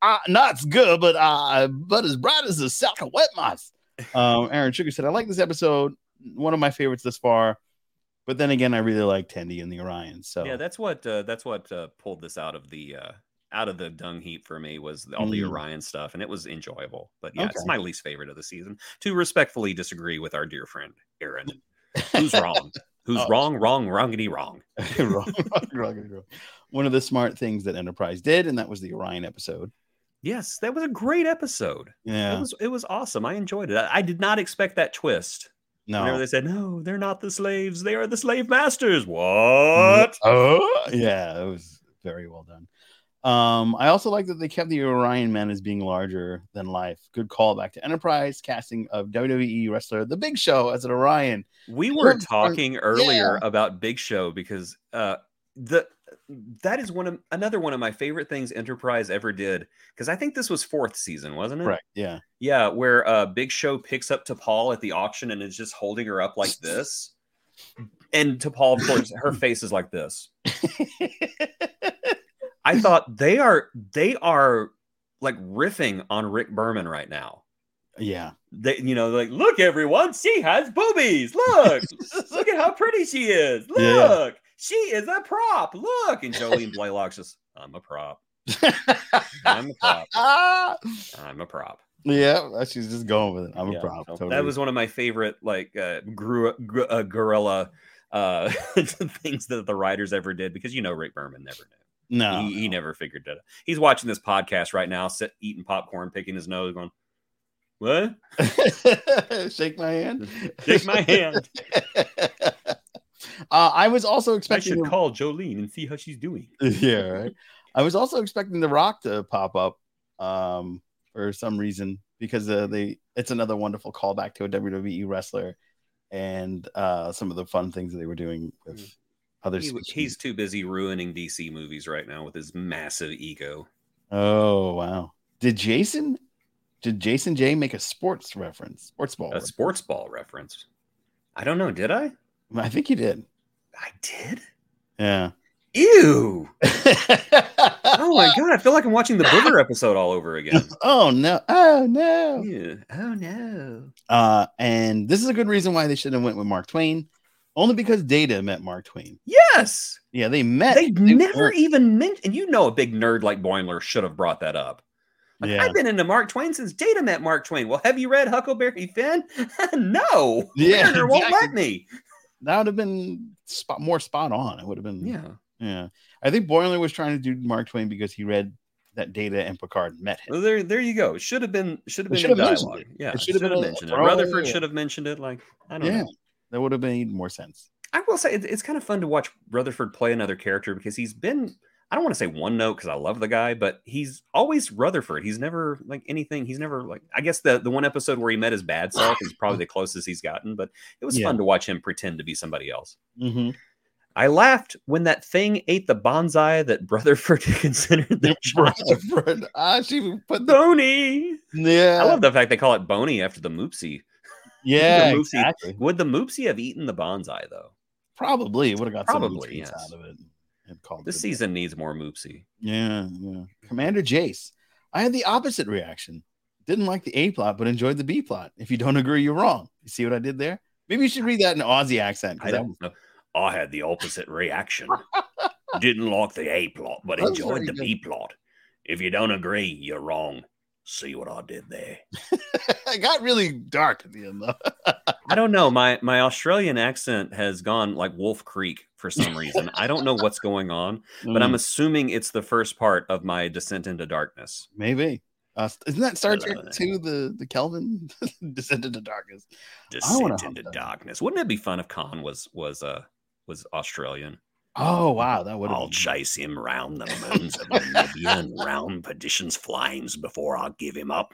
Speaker 1: uh, not good, but uh, but as bright as a sack of wet mice. Um, Aaron Sugar said, I like this episode, one of my favorites thus far. But then again, I really like Tendy and the Orion. So
Speaker 2: Yeah, that's what uh, that's what uh, pulled this out of the uh, out of the dung heap for me was all the
Speaker 1: Mm.
Speaker 2: Orion stuff, and it was enjoyable. But yeah, it's
Speaker 1: Okay.
Speaker 2: my least favorite of the season. To respectfully disagree with our dear friend Aaron, who's wrong, who's
Speaker 1: Oh.
Speaker 2: wrong, wrong, wrongity wrong.
Speaker 1: Wrong, wrong, wrong, wrong. One of the smart things that Enterprise did, and that was the Orion episode,
Speaker 2: Yes, that was a great episode. It
Speaker 1: Yeah.
Speaker 2: was it was awesome. I enjoyed it. I, I did not expect that twist. Whenever
Speaker 1: No.
Speaker 2: they said, "No, they're not the slaves. They are the slave masters." What?
Speaker 1: Oh, yeah. It was very well done. Um, I also like that they kept the Orion Man as being larger than life. Good callback to Enterprise casting of WWE wrestler The Big Show as an Orion.
Speaker 2: We were
Speaker 1: Well,
Speaker 2: talking earlier about Big Show because uh, the that is one of another one of my favorite things Enterprise ever did because I think this was fourth season, wasn't it?
Speaker 1: Right. Yeah.
Speaker 2: Yeah, where uh, Big Show picks up T'Pol at the auction and is just holding her up like this, and T'Pol, of course, her face is like this. I thought they are they are like riffing on Rick Berman right now.
Speaker 1: yeah.
Speaker 2: They, you know, like look, everyone, she has boobies. Look, look at how pretty she is. Look,
Speaker 1: Yeah.
Speaker 2: she is a prop. Look, and Jolene Blaylock's just, I'm a prop. I'm a prop.
Speaker 1: ah!
Speaker 2: I'm a prop.
Speaker 1: Yeah. She's just going with it. I'm
Speaker 2: Yeah,
Speaker 1: a prop.
Speaker 2: so
Speaker 1: Totally.
Speaker 2: That was one of my favorite, like, uh, gru- gr- uh gorilla uh, things that the writers ever did because you know Rick Berman never knew.
Speaker 1: no.
Speaker 2: he, he never figured it out. He's watching this podcast right now, sit, eating popcorn, picking his nose, going, What?
Speaker 1: Shake my hand.
Speaker 2: Shake my hand.
Speaker 1: uh, I was also
Speaker 2: I
Speaker 1: expecting.
Speaker 2: should
Speaker 1: the-
Speaker 2: call Jolene and see how she's doing.
Speaker 1: yeah, right. I was also expecting the Rock to pop up um, for some reason because uh, they it's another wonderful callback to a WWE wrestler and uh, some of the fun things that they were doing with
Speaker 2: Mm.
Speaker 1: other.
Speaker 2: He-
Speaker 1: species.
Speaker 2: he's too busy ruining DC movies right now with his massive ego.
Speaker 1: oh wow! Did Jason? Did Jason J make a sports reference? Sports ball.
Speaker 2: A sports ball reference. I don't know. Did I?
Speaker 1: reference? I think he did.
Speaker 2: I did.
Speaker 1: Yeah.
Speaker 2: Ew. Oh my god, I feel like I'm watching the Booger episode all over again.
Speaker 1: Oh no! Oh no!
Speaker 2: Yeah. Oh no.
Speaker 1: Uh, and this is a good reason why they should have went with Mark Twain, only because Data met Mark Twain.
Speaker 2: Yes.
Speaker 1: Yeah, they met.
Speaker 2: They never
Speaker 1: weren't-
Speaker 2: even mentioned and you know a big nerd like Boimler should have brought that up. Like,
Speaker 1: Yeah,
Speaker 2: I've been into Mark Twain since Data met Mark Twain. Well, have you read Huckleberry Finn? no.
Speaker 1: Yeah,
Speaker 2: Mariner won't let
Speaker 1: exactly.
Speaker 2: me.
Speaker 1: that would have been spot more spot on. It would have been.
Speaker 2: Yeah.
Speaker 1: yeah. I think Boiler was trying to do Mark Twain because he read that Data and Picard met him.
Speaker 2: Well, there there you go. It should have been should have
Speaker 1: They
Speaker 2: been
Speaker 1: should
Speaker 2: in
Speaker 1: have mentioned
Speaker 2: dialogue.
Speaker 1: it.
Speaker 2: Yeah.
Speaker 1: It should have been a
Speaker 2: mentioned it.
Speaker 1: throwaway.
Speaker 2: Rutherford should have mentioned it. Like, I don't
Speaker 1: Yeah,
Speaker 2: know.
Speaker 1: that would have made more sense.
Speaker 2: I will say it- it's kind of fun to watch Rutherford play another character because he's been I don't want to say one note because I love the guy, but he's always Rutherford. He's never like anything. He's never like I guess the the one episode where he met his bad self is probably the closest he's gotten, but it was
Speaker 1: Yeah.
Speaker 2: fun to watch him pretend to be somebody else.
Speaker 1: Mm-hmm.
Speaker 2: I laughed when that thing ate the bonsai that Rutherford considered the child.
Speaker 1: Ah, she even put the.
Speaker 2: Boney.
Speaker 1: Yeah.
Speaker 2: I love the fact they call it Boney after the Moopsie.
Speaker 1: yeah.
Speaker 2: the movie.
Speaker 1: Exactly.
Speaker 2: Would the Moopsie have eaten the bonsai though?
Speaker 1: Probably would have got some
Speaker 2: Probably,
Speaker 1: tweets
Speaker 2: yes.
Speaker 1: out of it. And called
Speaker 2: This
Speaker 1: it a day.
Speaker 2: season needs more Moopsie.
Speaker 1: Yeah, yeah. Commander Jace. I had the opposite reaction. Didn't like the A plot, but enjoyed the B plot. If you don't agree, you're wrong. You see what I did there? Maybe you should read that in Aussie accent. 'cause
Speaker 2: I
Speaker 1: that
Speaker 2: don't
Speaker 1: was-
Speaker 2: know. I had the opposite reaction. Didn't like the A plot, but
Speaker 1: That's
Speaker 2: enjoyed
Speaker 1: very
Speaker 2: the
Speaker 1: good.
Speaker 2: B plot. If you don't agree, you're wrong. See what I did there.
Speaker 1: it got really dark at the end, though.
Speaker 2: I don't know. My my Australian accent has gone like Wolf Creek for some reason. I don't know what's going on, but
Speaker 1: Hmm. Mm,
Speaker 2: I'm assuming it's the first part of my descent into darkness.
Speaker 1: maybe. Uh, isn't that Star Trek
Speaker 2: Uh,
Speaker 1: 2 the, the Kelvin Descent into Darkness? wanna
Speaker 2: Descent
Speaker 1: hunt
Speaker 2: into
Speaker 1: that.
Speaker 2: darkness. Wouldn't it be fun if Khan was was uh was Australian?
Speaker 1: Oh, wow. That would have
Speaker 2: I'll chase him round the moons of Namibia and round perdition's flames before I give him up.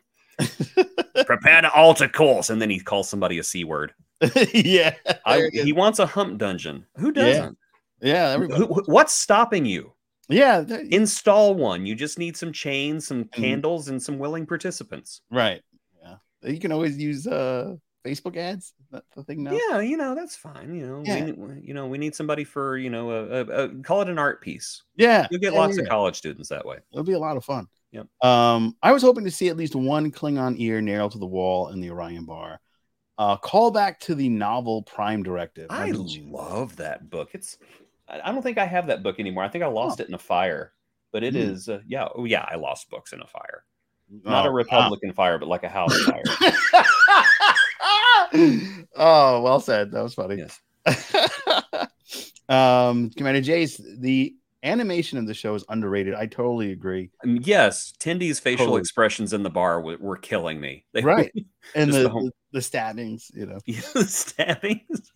Speaker 2: Prepare to alter course, and then he calls somebody a c word.
Speaker 1: yeah.
Speaker 2: I-
Speaker 1: There it is.
Speaker 2: he wants a hump dungeon.
Speaker 1: Yeah,
Speaker 2: Who doesn't?
Speaker 1: yeah.
Speaker 2: Who-
Speaker 1: Everybody.
Speaker 2: who- what's stopping you?
Speaker 1: Yeah. there-
Speaker 2: Install one. You just need some chains, some
Speaker 1: Mm-hmm.
Speaker 2: candles, and some willing participants.
Speaker 1: right. Yeah. You can always use uh, Facebook ads. Is that the thing now?
Speaker 2: Yeah, you know that's fine. You know,
Speaker 1: Yeah.
Speaker 2: we, need- you know, we need somebody for you know, a, a, a, call it an art piece.
Speaker 1: Yeah.
Speaker 2: You'll get
Speaker 1: Yeah,
Speaker 2: lots
Speaker 1: yeah.
Speaker 2: of college students that way.
Speaker 1: It'll be a lot of fun.
Speaker 2: Yep.
Speaker 1: Um, I was hoping to see at least one Klingon ear nailed to the wall in the Orion bar. Uh, call back to the novel Prime Directive.
Speaker 2: I
Speaker 1: mentioned-
Speaker 2: love that book. It's I I don't think I have that book anymore. I think I lost it in a fire. But it
Speaker 1: Hmm.
Speaker 2: is uh, yeah, oh yeah, I lost books in a fire. Not
Speaker 1: Oh,
Speaker 2: a Republican fire, but like a house fire.
Speaker 1: wow. oh, well said. That was funny.
Speaker 2: yes.
Speaker 1: um, Commander Jace, the Animation of the show is underrated. I totally agree.
Speaker 2: Um, yes, Tendy's facial
Speaker 1: Totally.
Speaker 2: expressions in the bar were, were killing me. They
Speaker 1: Right. And
Speaker 2: Just
Speaker 1: the,
Speaker 2: the whole-
Speaker 1: the, the stabbings, you know.
Speaker 2: Yeah, the stabbings.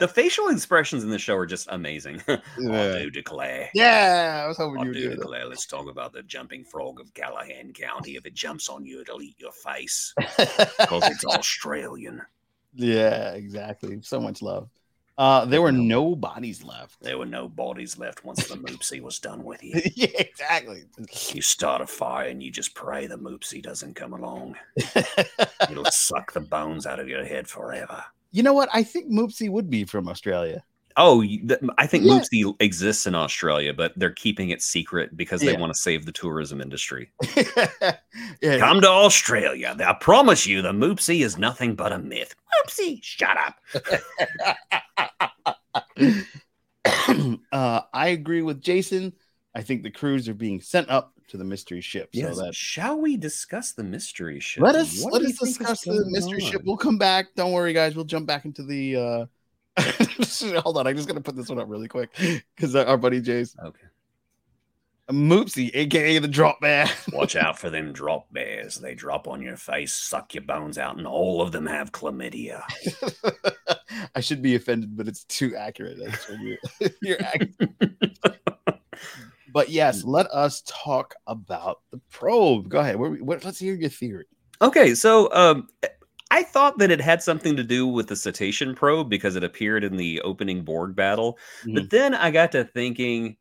Speaker 2: the facial expressions in the show are just amazing. I
Speaker 1: Yeah,
Speaker 2: do declare.
Speaker 1: Yeah, I was hoping
Speaker 2: I
Speaker 1: you would
Speaker 2: do
Speaker 1: do
Speaker 2: declare. Let's talk about the jumping frog of Callahan County. If it jumps on you, it'll eat your face
Speaker 1: that.
Speaker 2: because it's Australian.
Speaker 1: yeah, exactly. So much love. Uh, there were
Speaker 2: Yeah.
Speaker 1: no bodies left.
Speaker 2: There were no bodies left once the moopsie was done with you.
Speaker 1: yeah, exactly.
Speaker 2: You start a fire and you just pray the moopsie doesn't come along. It'll suck the bones out of your head forever.
Speaker 1: you know what? I think Moopsy would be from Australia.
Speaker 2: Oh, you- th- I think
Speaker 1: Yeah.
Speaker 2: Moopsy exists in Australia, but they're keeping it secret because they
Speaker 1: Yeah.
Speaker 2: want to save the tourism industry.
Speaker 1: yeah.
Speaker 2: Come to Australia. I promise you, the Moopsy is nothing but a myth. Moopsy, shut up.
Speaker 1: uh, I agree with Jason. I think the crews are being sent up to the mystery ship.
Speaker 2: Yes.
Speaker 1: So that
Speaker 2: Shall we discuss the mystery ship?
Speaker 1: let us
Speaker 2: What
Speaker 1: let
Speaker 2: do you
Speaker 1: us
Speaker 2: think is
Speaker 1: discuss the
Speaker 2: going
Speaker 1: mystery ship.
Speaker 2: on?
Speaker 1: We'll come back. Don't worry, guys. We'll jump back into the. Uh... Hold on, I'm just gonna put this one up really quick because our buddy Jay's
Speaker 2: Okay.
Speaker 1: Moopsy, aka the drop man.
Speaker 2: Watch out for them drop bears. They drop on your face, suck your bones out, and all of them have chlamydia.
Speaker 1: I should be offended, but it's too accurate. That's what you- you're accurate. but yes,
Speaker 2: Hmm.
Speaker 1: let us talk about the probe. Go ahead. Where we, what, let's hear your theory.
Speaker 2: Okay, so um, I thought that it had something to do with the cetacean probe because it appeared in the opening Borg battle. But then I got to thinking,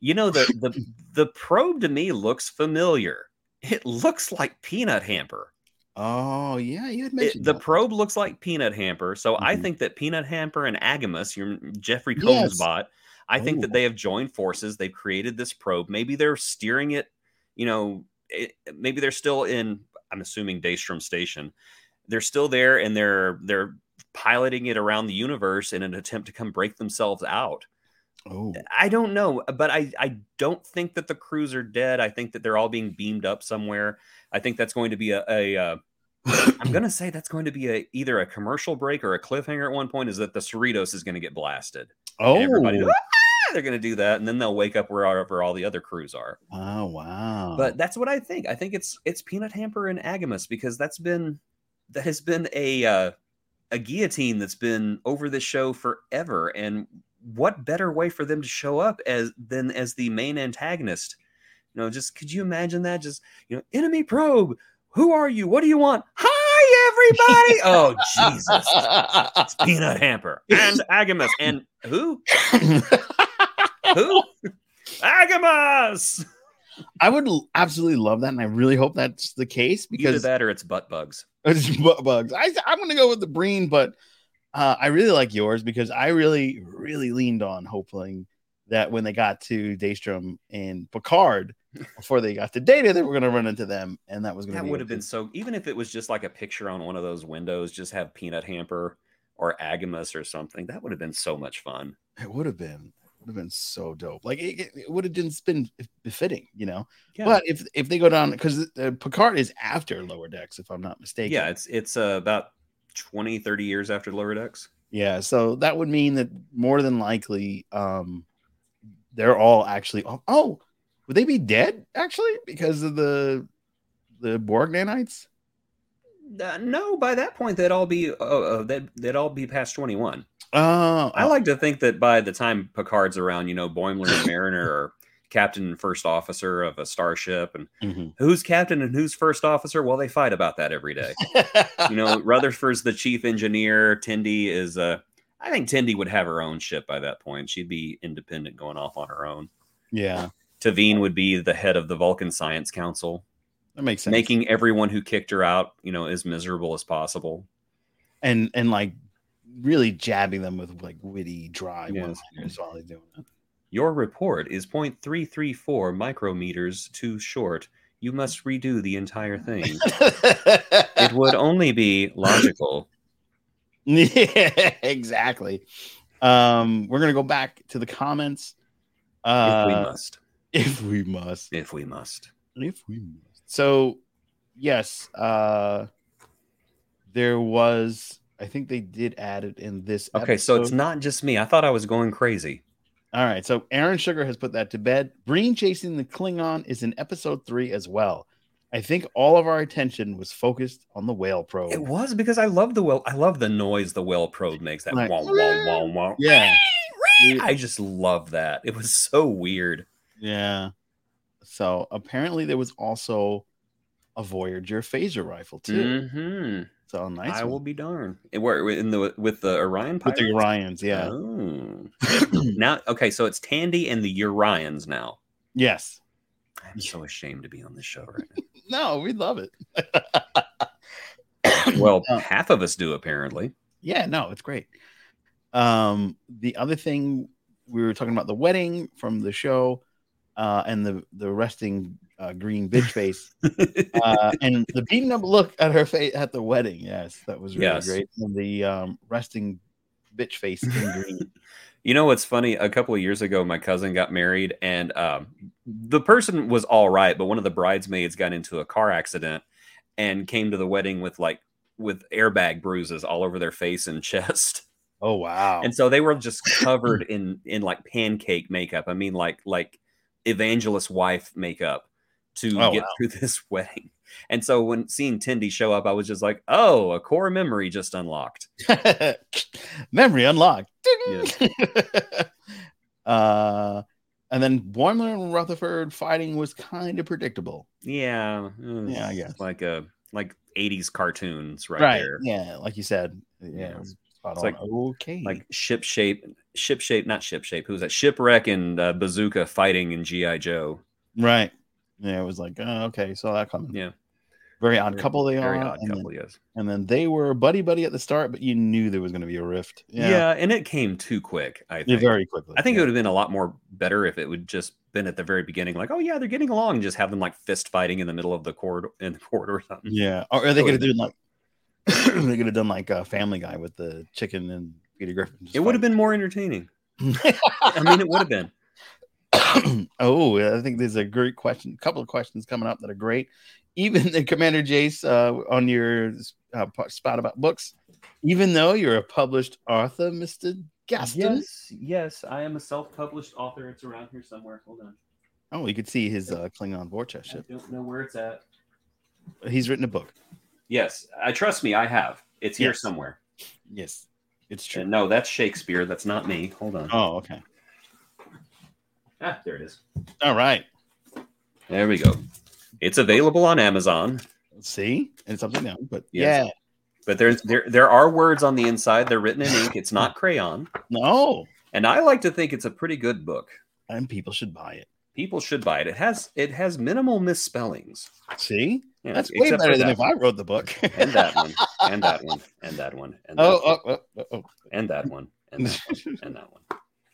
Speaker 2: you know, the the the probe to me looks familiar. It looks like Peanut Hamper.
Speaker 1: Oh yeah, you had
Speaker 2: It-
Speaker 1: mentioned
Speaker 2: the
Speaker 1: that.
Speaker 2: probe looks like Peanut Hamper, so I
Speaker 1: Mhm.
Speaker 2: think that Peanut Hamper and Agamas, your Jeffrey Combs
Speaker 1: Yes. Oh.
Speaker 2: bot, I think that
Speaker 1: Ooh.
Speaker 2: they have joined forces. They've created this probe. Maybe they're steering it. You know, it, maybe they're still in. I'm assuming Daystrom Station. They're still there, and they're they're piloting it around the universe in an attempt to come break themselves out.
Speaker 1: Oh,
Speaker 2: I don't know, but I I don't think that the crews are dead. I think that they're all being beamed up somewhere. I think that's going to be a, a uh, I'm gonna say that's going to be a either a commercial break or a cliffhanger at one point. Is that the Cerritos is going to get blasted?
Speaker 1: oh,
Speaker 2: And everybody, "Ah!" they're going to do that, and then they'll wake up wherever all the other crews are.
Speaker 1: oh wow.
Speaker 2: But that's what I think. I think it's it's Peanut Hamper and Agamas because that's been that has been a uh, a guillotine that's been over the show forever. And what better way for them to show up as than as the main antagonist? You know, just could you imagine that? Just you know, enemy probe. Who are you? What do you want? Hi, everybody. oh Jesus! It's Peanut Hamper and Agamas and who? Who? Agamas.
Speaker 1: I would l- absolutely love that, and I really hope that's the case
Speaker 2: Either
Speaker 1: because
Speaker 2: that or it's butt bugs.
Speaker 1: It's bu- bugs. I, I'm going to go with the Breen, but uh, I really like yours because I really, really leaned on hoping that when they got to Daystrom and Picard, before they got to Data, they were going to run into them, and that was going to
Speaker 2: That
Speaker 1: be
Speaker 2: would have been so. Even if it was just like a picture on one of those windows, just have peanut hamper or agamas or something. That would have been so much fun.
Speaker 1: It would have been. Would have been so dope. Like it, it, it would have just been befitting, you know.
Speaker 2: Yeah.
Speaker 1: But if if they go down, because uh, Picard is after Lower Decks, if I'm not mistaken.
Speaker 2: yeah, it's it's uh, about 20, 30 years after Lower Decks.
Speaker 1: Yeah, so that would mean that more than likely, um, they're all actually. Oh, oh, would they be dead actually because of the the Borg nanites?
Speaker 2: Uh, no, by that point they'd all be uh, uh, they'd, they'd all be past twenty one.
Speaker 1: Oh,
Speaker 2: I like to think that by the time Picard's around, you know, Boimler and Mariner are captain and first officer of a starship, and
Speaker 1: Mhm.
Speaker 2: who's captain and who's first officer? Well, they fight about that every day.
Speaker 1: Mm-hmm.
Speaker 2: you know, Rutherford's the chief engineer. Tindy is Uh, I think Tindy would have her own ship by that point. She'd be independent, going off on her own.
Speaker 1: yeah,
Speaker 2: Tavine would be the head of the Vulcan Science Council,
Speaker 1: that makes sense.
Speaker 2: making everyone who kicked her out, you know, as miserable as possible.
Speaker 1: and and like really jabbing them with like witty, dry
Speaker 2: Yes.
Speaker 1: one-liners while they're doing it.
Speaker 2: Your report is 0.334 micrometers too short. You must redo the entire thing. it would only be logical.
Speaker 1: yeah, exactly. Um, we're gonna go back to the comments.
Speaker 2: if we
Speaker 1: Uh,
Speaker 2: must.
Speaker 1: if we must.
Speaker 2: If we must.
Speaker 1: If we must. So, yes, uh there was I think they did add it in this
Speaker 2: Okay, so it's
Speaker 1: episode.
Speaker 2: not just me. I thought I was going crazy.
Speaker 1: All right. So Aaron Sugar has put that to bed. Breen chasing the Klingon is in episode three as well. I think all of our attention was focused on the whale probe.
Speaker 2: It was because I love the well. I love the noise the whale probe makes. That
Speaker 1: Right.
Speaker 2: wah wah wah wah.
Speaker 1: Yeah.
Speaker 2: I just love that. It was so weird.
Speaker 1: Yeah. So apparently there was also a Voyager phaser rifle too. Mm-hmm.
Speaker 2: hmm
Speaker 1: So nice.
Speaker 2: I
Speaker 1: one.
Speaker 2: will be darned. It, where in the with the Orion
Speaker 1: with
Speaker 2: pirates?
Speaker 1: the Orions. Yeah.
Speaker 2: Oh. now, okay, so it's Tandy and the Urians now.
Speaker 1: Yes.
Speaker 2: I'm so ashamed to be on this show right now.
Speaker 1: No, we love it.
Speaker 2: Well,
Speaker 1: No.
Speaker 2: half of us do apparently.
Speaker 1: Yeah. No, it's great. Um, the other thing we were talking about the wedding from the show, uh, and the the resting uh, green bitch face, uh, and the beaten up look at her face at the wedding. Yes, that was really
Speaker 2: Yes.
Speaker 1: great. And the um, resting bitch face in green.
Speaker 2: You know what's funny? A couple of years ago, my cousin got married, and um, the person was all right, but one of the bridesmaids got into a car accident and came to the wedding with like with airbag bruises all over their face and chest,
Speaker 1: Oh wow!
Speaker 2: and so they were just covered in in like pancake makeup. I mean, like like evangelist wife makeup to
Speaker 1: Oh,
Speaker 2: get
Speaker 1: wow.
Speaker 2: through this wedding. And so when seeing Tindy show up, I was just like, "Oh, a core memory just unlocked."
Speaker 1: Memory unlocked. Ding! uh, and then Boimler and Rutherford fighting was kind of predictable.
Speaker 2: Yeah,
Speaker 1: Yeah, I guess.
Speaker 2: like a like 80s cartoons right, there
Speaker 1: Yeah, like you said. Yeah.
Speaker 2: Yeah.
Speaker 1: it was spot
Speaker 2: It's
Speaker 1: on.
Speaker 2: like-
Speaker 1: okay.
Speaker 2: like ship shape ship shape not ship shape who's that shipwreck and uh, bazooka fighting in gi joe
Speaker 1: right. Yeah, it was like, oh, okay, saw that coming.
Speaker 2: Yeah.
Speaker 1: Very odd couple they
Speaker 2: very
Speaker 1: are.
Speaker 2: odd
Speaker 1: and,
Speaker 2: couple
Speaker 1: Then,
Speaker 2: yes
Speaker 1: and then they were buddy buddy at the start, but you knew there was going to be a rift.
Speaker 2: yeah.
Speaker 1: Yeah. yeah.
Speaker 2: and it came too quick i think
Speaker 1: very quickly.
Speaker 2: i think
Speaker 1: yeah.
Speaker 2: it would have been a lot more better if it would just been at the very beginning like oh yeah they're getting along and just have them like fist fighting in the middle of the corridor in the corridor or something
Speaker 1: Yeah, or, or they
Speaker 2: It
Speaker 1: could have
Speaker 2: would've
Speaker 1: done like they could have done like a Family Guy with the chicken and Peter Griffin. just
Speaker 2: it would have been more entertaining
Speaker 1: fighting.
Speaker 2: i mean it would have been
Speaker 1: oh, I think there's a great question. couple of questions coming up that are great. Even the Commander Jace uh, on your uh, po- spot about books. Even though you're a published author, Mister Gaston.
Speaker 2: yes i am a self-published author it's around here somewhere hold on
Speaker 1: Oh, you could see his uh, Klingon Vortex ship.
Speaker 2: don't know where it's at
Speaker 1: He's written a book.
Speaker 2: Yes, I trust me. I have. It's here
Speaker 1: Yes.
Speaker 2: somewhere.
Speaker 1: Yes, it's
Speaker 2: Uh,
Speaker 1: true.
Speaker 2: no, that's Shakespeare. That's not me. Hold on.
Speaker 1: Oh, okay.
Speaker 2: Ah, there it is.
Speaker 1: All right.
Speaker 2: There we go. It's available on Amazon,
Speaker 1: See, and something down, but
Speaker 2: Yes. but there's there there are words on the inside. They're written in ink. It's not crayon.
Speaker 1: yeah, no,
Speaker 2: And I like to think it's a pretty good book.
Speaker 1: and people should buy it.
Speaker 2: People should buy it. It has it has minimal misspellings.
Speaker 1: See,
Speaker 2: Yeah,
Speaker 1: That's way
Speaker 2: except for
Speaker 1: better than
Speaker 2: that
Speaker 1: if I wrote the book.
Speaker 2: one. And that one. And that one. And that one. And that
Speaker 1: oh,
Speaker 2: one,
Speaker 1: oh, oh, oh, oh.
Speaker 2: and that one. And that one. And that one.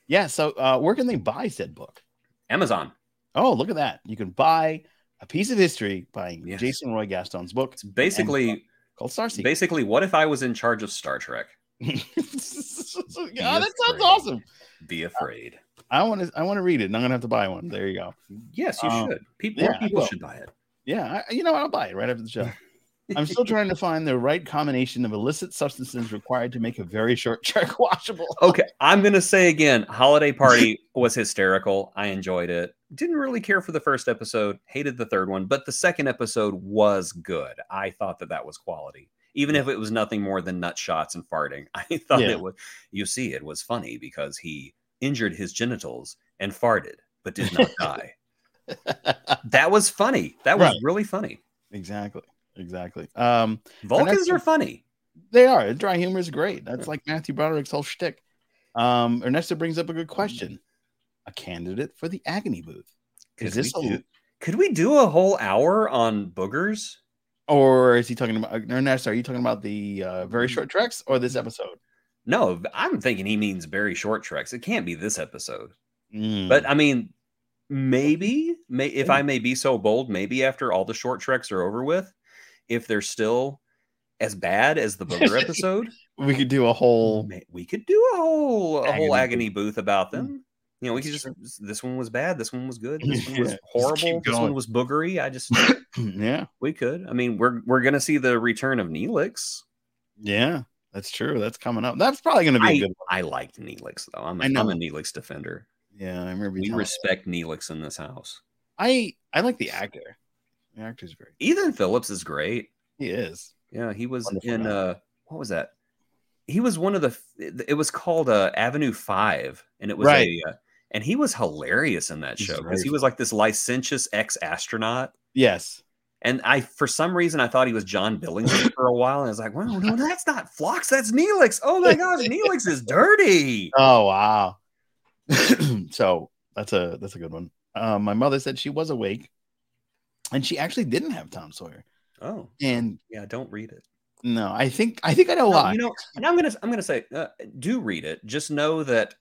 Speaker 1: yeah. So, uh, where can they buy said book?
Speaker 2: Amazon.
Speaker 1: Oh, look at that. You can buy a piece of history buying
Speaker 2: Yes.
Speaker 1: Jason Roy Gaston's book
Speaker 2: It's basically
Speaker 1: called Starseed.
Speaker 2: basically what if I was in charge of Star Trek?
Speaker 1: yeah, that sounds
Speaker 2: afraid.
Speaker 1: awesome.
Speaker 2: Be afraid.
Speaker 1: I want to, I want to read it and I'm gonna have to buy one. There you go.
Speaker 2: Yes, you
Speaker 1: Um,
Speaker 2: should. People, more
Speaker 1: yeah, I
Speaker 2: people
Speaker 1: will.
Speaker 2: should buy it.
Speaker 1: Yeah, I, you know, what? I'll buy it right after the show. I'm still trying to find the right combination of illicit substances required to make a very short jerk washable.
Speaker 2: Okay, I'm gonna say again. Holiday party was hysterical. I enjoyed it. Didn't really care for the first episode. Hated the third one, but the second episode was good. I thought that that was quality, even if it was nothing more than nut shots and farting. I thought
Speaker 1: Yeah.
Speaker 2: it was. You see, it was funny because he injured his genitals and farted, but did not die. that was funny. That was
Speaker 1: Right.
Speaker 2: really funny.
Speaker 1: exactly, exactly. Um,
Speaker 2: Vulcans
Speaker 1: next
Speaker 2: are
Speaker 1: one-
Speaker 2: funny.
Speaker 1: They are. Dry humor is great. That's like Matthew Broderick's whole shtick. Um, Ernesto brings up a good question. A candidate for the agony booth.
Speaker 2: Could
Speaker 1: Is this
Speaker 2: we
Speaker 1: a-
Speaker 2: do- could we do a whole hour on boogers?
Speaker 1: Or is he talking about Ernesto? Are you talking about the uh, very short treks or this episode?
Speaker 2: No, I'm thinking he means very short treks. It can't be this episode.
Speaker 1: Mm,
Speaker 2: But I mean, maybe, may, if I may be so bold, maybe after all the short treks are over with, if they're still as bad as the booger episode,
Speaker 1: we could do a whole
Speaker 2: may- we could do a whole a whole
Speaker 1: Agony
Speaker 2: agony booth about them. You know, we could
Speaker 1: Hmm. That's
Speaker 2: just this one was bad, this one was good, this one
Speaker 1: Yeah,
Speaker 2: was
Speaker 1: just keep
Speaker 2: horrible, this one
Speaker 1: going.
Speaker 2: was boogery. I just Mm.
Speaker 1: yeah,
Speaker 2: we could. I mean, we're we're gonna see the return of Neelix.
Speaker 1: yeah. That's true. That's coming up. That's probably going to be a
Speaker 2: I,
Speaker 1: good one.
Speaker 2: I liked Neelix though. I'm a,
Speaker 1: I
Speaker 2: I'm
Speaker 1: know.
Speaker 2: a Neelix defender.
Speaker 1: Yeah, I remember. you
Speaker 2: We
Speaker 1: telling me.
Speaker 2: respect Neelix in this house.
Speaker 1: I I like the actor. The actor's very.
Speaker 2: Ethan Phillips is great.
Speaker 1: He is.
Speaker 2: Yeah, he was
Speaker 1: Wonderful
Speaker 2: in
Speaker 1: man.
Speaker 2: uh what was that? He was one of the it was called uh Avenue 5 and it was
Speaker 1: Right.
Speaker 2: a uh, and he was hilarious in that
Speaker 1: He's
Speaker 2: show
Speaker 1: great.
Speaker 2: because he was like this licentious ex-astronaut
Speaker 1: Yes.
Speaker 2: and I for some reason I thought he was John Billingsley for a while and I was like, "Wow, no, that's not Flox, that's Neelix. Oh my gosh, Neelix is dirty."
Speaker 1: Oh wow. so that's a that's a good one. Uh, my mother said she was awake, and she actually didn't have Tom Sawyer.
Speaker 2: Oh,
Speaker 1: And
Speaker 2: yeah, don't read it.
Speaker 1: no, I think I think I know
Speaker 2: No,
Speaker 1: why.
Speaker 2: Um, you know, and I'm gonna I'm gonna say, uh, do read it. Just know that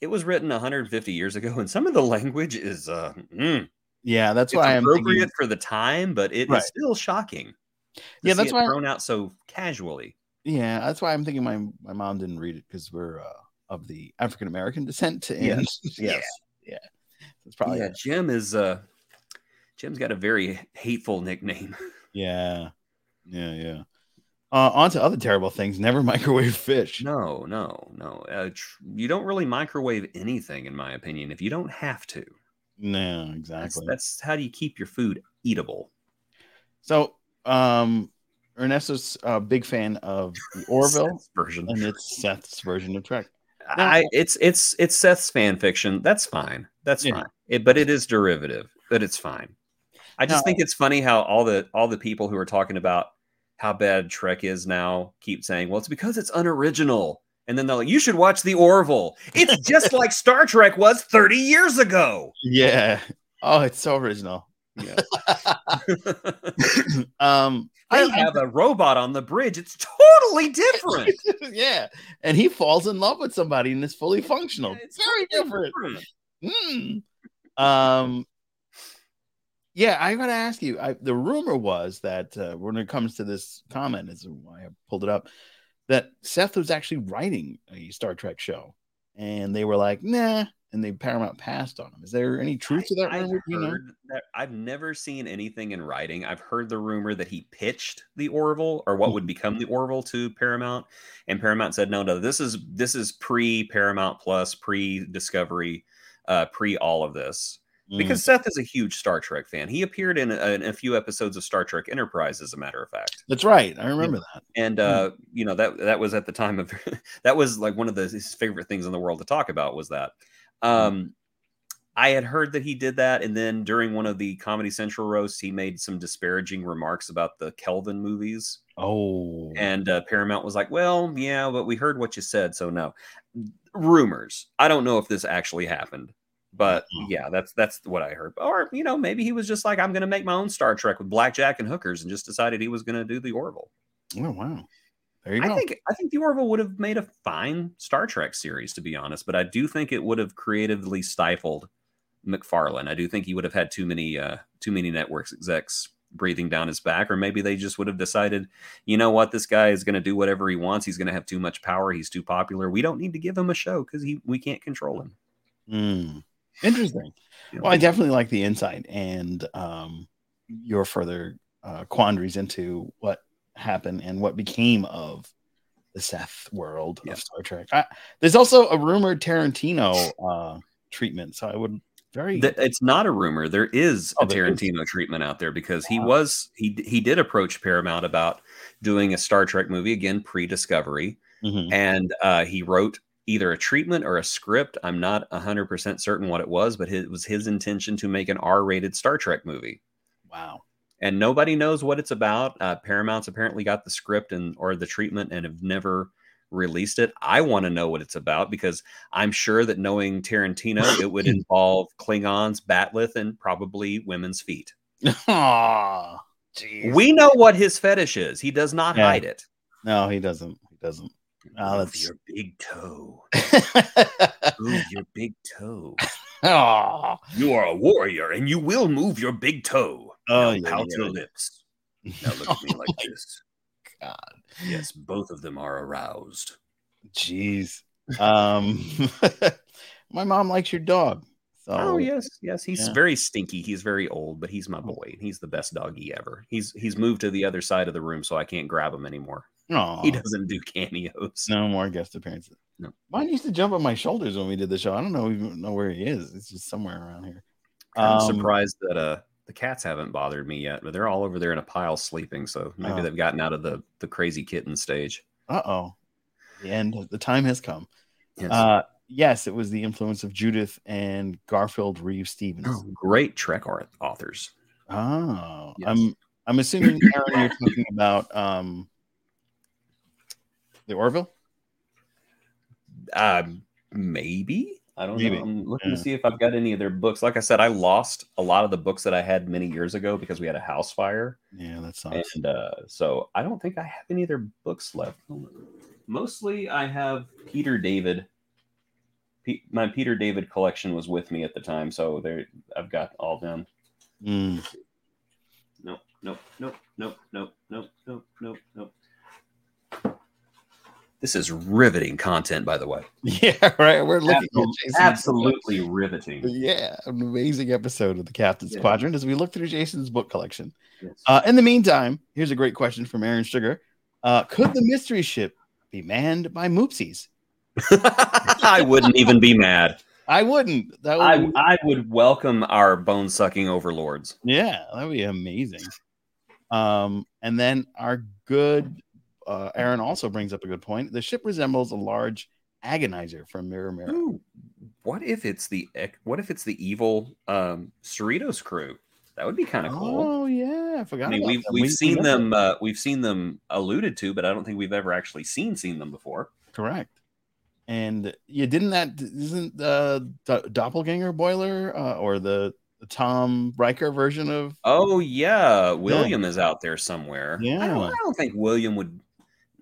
Speaker 2: it was written 150 years ago, and some of the language is uh, mm,
Speaker 1: yeah, that's
Speaker 2: it's
Speaker 1: why I'm
Speaker 2: appropriate
Speaker 1: thinking,
Speaker 2: for the time, but it is
Speaker 1: Right.
Speaker 2: still shocking. to
Speaker 1: Yeah,
Speaker 2: see
Speaker 1: that's
Speaker 2: it
Speaker 1: why-
Speaker 2: thrown out so casually.
Speaker 1: yeah, that's why I'm thinking my my mom didn't read it because we're uh, of the African American descent. And yeah, that's
Speaker 2: yeah,
Speaker 1: probably
Speaker 2: yeah.
Speaker 1: it.
Speaker 2: Jim is uh, Jim's got a very hateful nickname.
Speaker 1: yeah, yeah, yeah. Uh, on to other terrible things. Never microwave fish.
Speaker 2: No, no, no. Uh, tr- you don't really microwave anything, in my opinion, if you don't have to.
Speaker 1: No,
Speaker 2: That's,
Speaker 1: exactly.
Speaker 2: that's how do you keep your food eatable.
Speaker 1: So, um, Ernesto's a big fan of the Orville,
Speaker 2: Seth's version.
Speaker 1: and it's Seth's version of Trek. No.
Speaker 2: I it's it's it's Seth's fan fiction. That's fine. That's
Speaker 1: Yeah.
Speaker 2: fine. It, but it is derivative. But it's fine. I just
Speaker 1: No.
Speaker 2: think it's funny how all the all the people who are talking about how bad Trek is now keep saying, "Well, it's because it's unoriginal." And then they're like, "You should watch the Orville. It's just like Star Trek was 30 years ago."
Speaker 1: Yeah. Oh, it's so original.
Speaker 2: Yeah.
Speaker 1: um,
Speaker 2: I
Speaker 1: I-
Speaker 2: have a robot on the bridge. It's totally different.
Speaker 1: yeah, and he falls in love with somebody and is fully functional.
Speaker 2: It's
Speaker 1: very different.
Speaker 2: different.
Speaker 1: Mm. Um, yeah, I gotta ask you. I, the rumor was that uh, when it comes to this comment, is why I pulled it up, that Seth was actually writing a Star Trek show, and they were like, "Nah," and they Paramount passed on him. Is there any truth to that
Speaker 2: I- I've
Speaker 1: rumor? do You know,
Speaker 2: heard that- I've never seen anything in writing. I've heard the rumor that he pitched the Orville or
Speaker 1: Mm.
Speaker 2: what would become the Orville to Paramount, and Paramount said, "No, no, this is this is pre Paramount Plus, pre Discovery, uh, pre all of this."
Speaker 1: Mm.
Speaker 2: Because Seth is a huge Star Trek fan. He appeared in a, in a few episodes of Star Trek Enterprise, as a matter of fact.
Speaker 1: Mm, that's right. I remember that.
Speaker 2: And uh, you know that that was at the time of that was like one of the, his favorite things in the world to talk about was that. Um, I had heard that he did that, and then during one of the Comedy Central roasts, he made some disparaging remarks about the Kelvin movies,
Speaker 1: Oh,
Speaker 2: and uh, Paramount was like, "Well, yeah, but we heard what you said, so no." Rumors. I don't know if this actually happened, but
Speaker 1: Mhm.
Speaker 2: yeah, that's that's what I heard. Or you know, maybe he was just like, "I'm going to make my own Star Trek with blackjack and hookers," and just decided he was going to do the Orville.
Speaker 1: oh wow. There you
Speaker 2: I
Speaker 1: go.
Speaker 2: think I think the Orville would have made a fine Star Trek series, to be honest. But I do think it would have creatively stifled McFarlane. I do think he would have had too many uh, too many networks execs breathing down his back, or maybe they just would have decided, you know what, this guy is going to do whatever he wants. He's going to have too much power. He's too popular. We don't need to give him a show because he we can't control him.
Speaker 1: Mm. Interesting.
Speaker 2: Yeah.
Speaker 1: Well, I definitely like the insight and um, your further uh, quandaries into what happened and what became of the Seth world
Speaker 2: Yeah.
Speaker 1: of Star Trek. I, there's also a rumored Tarantino uh, treatment, so I would very
Speaker 2: Th- it's not a rumor. There is
Speaker 1: Oh,
Speaker 2: a
Speaker 1: there is.
Speaker 2: Tarantino treatment out there because he
Speaker 1: Wow.
Speaker 2: was he d- he did approach Paramount about doing a Star Trek movie again pre-Discovery.
Speaker 1: Mhm.
Speaker 2: and uh, he wrote either a treatment or a script. I'm not 100% certain what it was, but it was his intention to make an R rated Star Trek movie.
Speaker 1: wow.
Speaker 2: And nobody knows what it's about. Uh, Paramount's apparently got the script and or the treatment and have never released it. I want to know what it's about because I'm sure that knowing Tarantino, it would involve Klingons, Batleth, and probably women's feet.
Speaker 1: Aw, jeez.
Speaker 2: We know what his fetish is. He does not
Speaker 1: Yeah.
Speaker 2: hide it.
Speaker 1: no, he doesn't. He doesn't. Oh,
Speaker 2: Move
Speaker 1: that's-
Speaker 2: your big toe. Move your big toe.
Speaker 1: Aw.
Speaker 2: You are a warrior, and you will move your big toe.
Speaker 1: Oh,
Speaker 2: Now
Speaker 1: yeah,
Speaker 2: pout
Speaker 1: yeah. Oh
Speaker 2: your lips. Now look at me like this.
Speaker 1: God.
Speaker 2: Yes, both of them are aroused.
Speaker 1: Jeez. Um, my mom likes your dog. So
Speaker 2: Oh, yes, yes. He's
Speaker 1: Yeah. Oh.
Speaker 2: very stinky. He's very old, but he's my boy. He's the best doggy ever. He's he's moved to the other side of the room, so I can't grab him anymore.
Speaker 1: Aw,
Speaker 2: He doesn't do cameos.
Speaker 1: no more guest appearances.
Speaker 2: No.
Speaker 1: Mine used to jump on my shoulders when we did the show. I don't know even know where he is. It's just somewhere around here.
Speaker 2: I'm
Speaker 1: Um,
Speaker 2: surprised that uh the cats haven't bothered me yet, but they're all over there in a pile sleeping. So maybe
Speaker 1: Oh.
Speaker 2: they've gotten out of the the crazy kitten stage.
Speaker 1: Uh oh. The end. The time has come.
Speaker 2: Yes.
Speaker 1: Uh, yes, it was the influence of Judith and Garfield Reeve Stevens.
Speaker 2: Oh, great Trek art authors.
Speaker 1: Oh,
Speaker 2: Yes.
Speaker 1: I'm I'm assuming Aaron, you're talking about um the Orville.
Speaker 2: Um, maybe I don't
Speaker 1: Maybe.
Speaker 2: know. I'm looking
Speaker 1: Yeah.
Speaker 2: to see if I've got any of their books. Like I said, I lost a lot of the books that I had many years ago because we had a house fire,
Speaker 1: Yeah, that sucks.
Speaker 2: and uh, so I don't think I have any of their books left. Mostly, I have Peter David. Pe- my Peter David collection was with me at the time, so there I've got all them.
Speaker 1: Mm.
Speaker 2: Nope, nope, nope, nope, nope, nope, nope, nope, nope. This is riveting content, by the way.
Speaker 1: Yeah, right. We're looking
Speaker 2: Absol-
Speaker 1: at Jason.
Speaker 2: absolutely riveting.
Speaker 1: Yeah, an amazing episode of the Captain's
Speaker 2: Yeah.
Speaker 1: Quadrant as we look through Jason's book collection.
Speaker 2: Yes.
Speaker 1: Uh, in the meantime, here's a great question from Aaron Sugar: uh, Could the mystery ship be manned by Moopsies?
Speaker 2: Uh, I wouldn't even be mad.
Speaker 1: I wouldn't. That would
Speaker 2: I, I would welcome our bone sucking overlords.
Speaker 1: Yeah, that would be amazing. Um, and then our good uh, Aaron also brings up a good point. The ship resembles a large agonizer from Mirror Mirror.
Speaker 2: Ooh, what if it's the ec- what if it's the evil um, Cerritos crew? That would be kind of cool.
Speaker 1: Oh yeah, I forgot.
Speaker 2: I mean,
Speaker 1: about
Speaker 2: we've
Speaker 1: them.
Speaker 2: we've
Speaker 1: We- we
Speaker 2: seen
Speaker 1: met
Speaker 2: them uh, we've seen them alluded to, but I don't think we've ever actually seen seen them before.
Speaker 1: Correct. And you didn't that isn't the do- doppelganger boiler uh, or the, the Tom Riker version of?
Speaker 2: Oh yeah, William is out there somewhere. I
Speaker 1: Yeah.
Speaker 2: don't, I don't think William would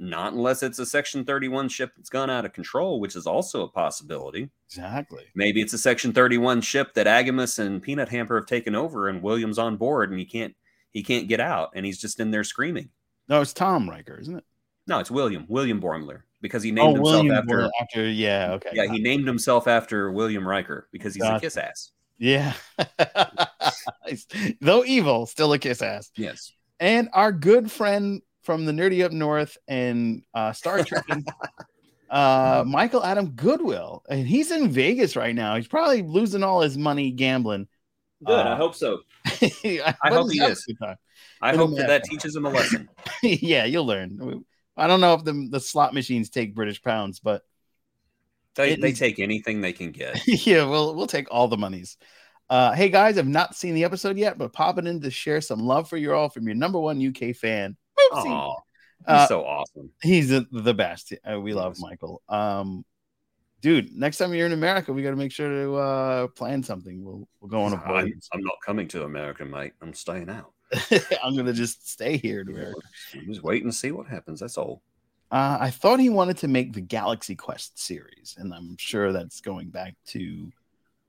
Speaker 2: not unless it's a Section Thirty-One ship that's gone out of control, which is also a possibility.
Speaker 1: Exactly.
Speaker 2: Maybe it's a Section Thirty-One ship that Agamas and Peanut Hamper have taken over, and William's on board, and he can't he can't get out, and he's just in there screaming.
Speaker 1: No, it's Tom Riker, isn't it?
Speaker 2: No, it's William William Bormler because he named himself
Speaker 1: Oh, William
Speaker 2: after.
Speaker 1: Boiler after. Yeah. Okay.
Speaker 2: Yeah, he named himself after William Riker because he's a
Speaker 1: Gotcha.
Speaker 2: kiss ass.
Speaker 1: Yeah. Though evil, still a kiss ass.
Speaker 2: Yes.
Speaker 1: and our good friend from the nerdy up north and uh, Star Trek, uh, Michael Adam Goodwill, and he's in Vegas right now. He's probably losing all his money gambling.
Speaker 2: Good.
Speaker 1: Uh,
Speaker 2: I hope so.
Speaker 1: I
Speaker 2: hope he is. I
Speaker 1: and
Speaker 2: hope
Speaker 1: then
Speaker 2: that,
Speaker 1: that-
Speaker 2: that teaches him a lesson.
Speaker 1: yeah, you'll learn. I don't know if the the slot machines take British pounds, but
Speaker 2: They,
Speaker 1: It
Speaker 2: they
Speaker 1: is-
Speaker 2: take anything they can get.
Speaker 1: yeah, we'll we'll take all the monies. Uh, hey guys, I've not seen the episode yet, but popping in to share some love for you all from your number one UK fan. Oopsie.
Speaker 2: Aw, he's
Speaker 1: Uh,
Speaker 2: so awesome.
Speaker 1: he's the- the best. Uh, we love
Speaker 2: Yes.
Speaker 1: Michael. Um, dude, next time you're in America, we got to make sure to uh, plan something. We'll we'll go on a
Speaker 2: I'm,
Speaker 1: voyage.
Speaker 2: I'm not coming to America, mate. I'm staying out.
Speaker 1: I'm gonna just stay here in America.
Speaker 2: I'm just waiting to see what happens. That's all.
Speaker 1: Uh, I thought he wanted to make the Galaxy Quest series, and I'm sure that's going back to